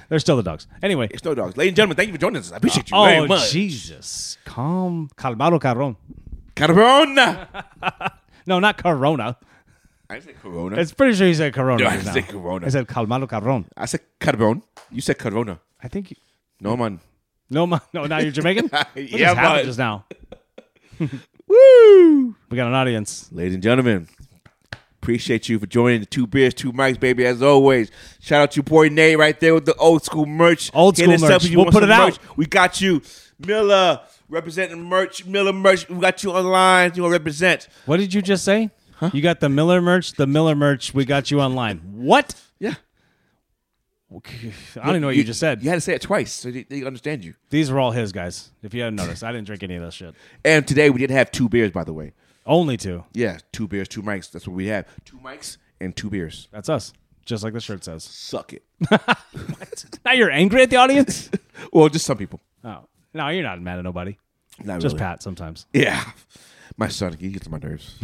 S1: They're still the dogs. Anyway.
S2: It's Snow dogs, ladies and gentlemen. Thank you for joining us. I (laughs) appreciate you very
S1: Oh
S2: much.
S1: Jesus! Calm, calmado, caron.
S2: Corona.
S1: No, not Corona.
S2: I didn't say Corona.
S1: It's pretty sure he said Corona.
S2: No, I
S1: just
S2: said
S1: now.
S2: Corona.
S1: I said calmado, caron.
S2: I said Carbon. You said Corona.
S1: I think. you-
S2: No man.
S1: No, ma- no, now you're Jamaican. What just
S2: (laughs) Yeah,
S1: happened
S2: but-
S1: just now.
S2: Woo!
S1: We got an audience.
S2: Ladies and gentlemen, appreciate you for joining the two beers, two mics, baby. As always, shout out to your boy Nate right there with the old school merch.
S1: Old
S2: Hit
S1: school
S2: us
S1: merch.
S2: if you
S1: We'll
S2: want
S1: put
S2: some
S1: it out.
S2: merch. We got you, Miller representing merch. Miller merch. We got you online. You want to represent?
S1: What did you just say? You got the Miller merch. The Miller merch. We got you online. What?
S2: Yeah.
S1: I don't even know what you, just said.
S2: You had to say it twice so they, they understand you.
S1: These were all his guys. If you hadn't noticed, I didn't drink any of that shit.
S2: And today we did have two beers, by the way.
S1: Only two.
S2: Yeah, two beers, two mics. That's what we have. Two mics and two beers.
S1: That's us. Just like the shirt says.
S2: Suck it. (laughs)
S1: Now you're angry at the audience?
S2: well, just some people.
S1: (laughs) oh. No, you're not mad at nobody.
S2: Not
S1: Just
S2: really.
S1: Pat sometimes.
S2: Yeah. (laughs) My son, he gets on my
S1: (laughs)
S2: nerves.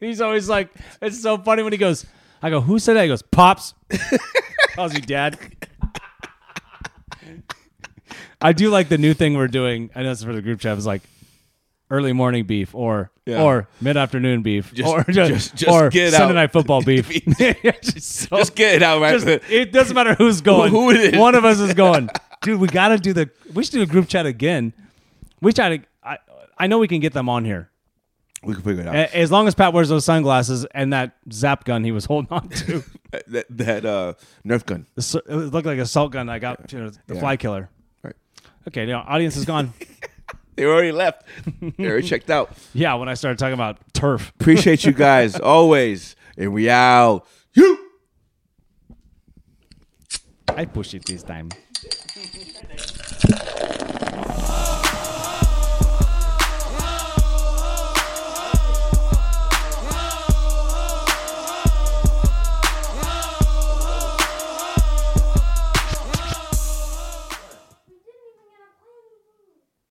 S1: He's always like, it's so funny when he goes, I go, who said that? He goes, Pops. (laughs) Calls you dad. (laughs) I do like the new thing we're doing. I know it's for the group chat. It's like early morning beef or
S2: Yeah.
S1: or mid afternoon beef
S2: Just-
S1: or
S2: just- just
S1: or
S2: get
S1: Sunday
S2: out.
S1: night
S2: (laughs)
S1: football beef. (laughs) just, so-
S2: Just get it out, right?
S1: Oh. just- it doesn't matter who's going.
S2: Who it is.
S1: One of
S2: (laughs)
S1: us is going. Dude, we gotta do the. We should do a group chat again. We try to. I I know we can get them on here.
S2: we can figure it out.
S1: A- As long as Pat wears those sunglasses and that zap gun he was holding on
S2: (laughs)
S1: to,
S2: that that uh, Nerf gun.
S1: The s- it looked like a salt gun I got, you know, the
S2: Yeah.
S1: fly killer.
S2: Right.
S1: Okay, now audience is
S2: (laughs)
S1: gone.
S2: They
S1: (laughs)
S2: already left. They already checked out.
S1: yeah, when I started talking about turf,
S2: Appreciate you guys always, and we out. You.
S1: I pushed it this time.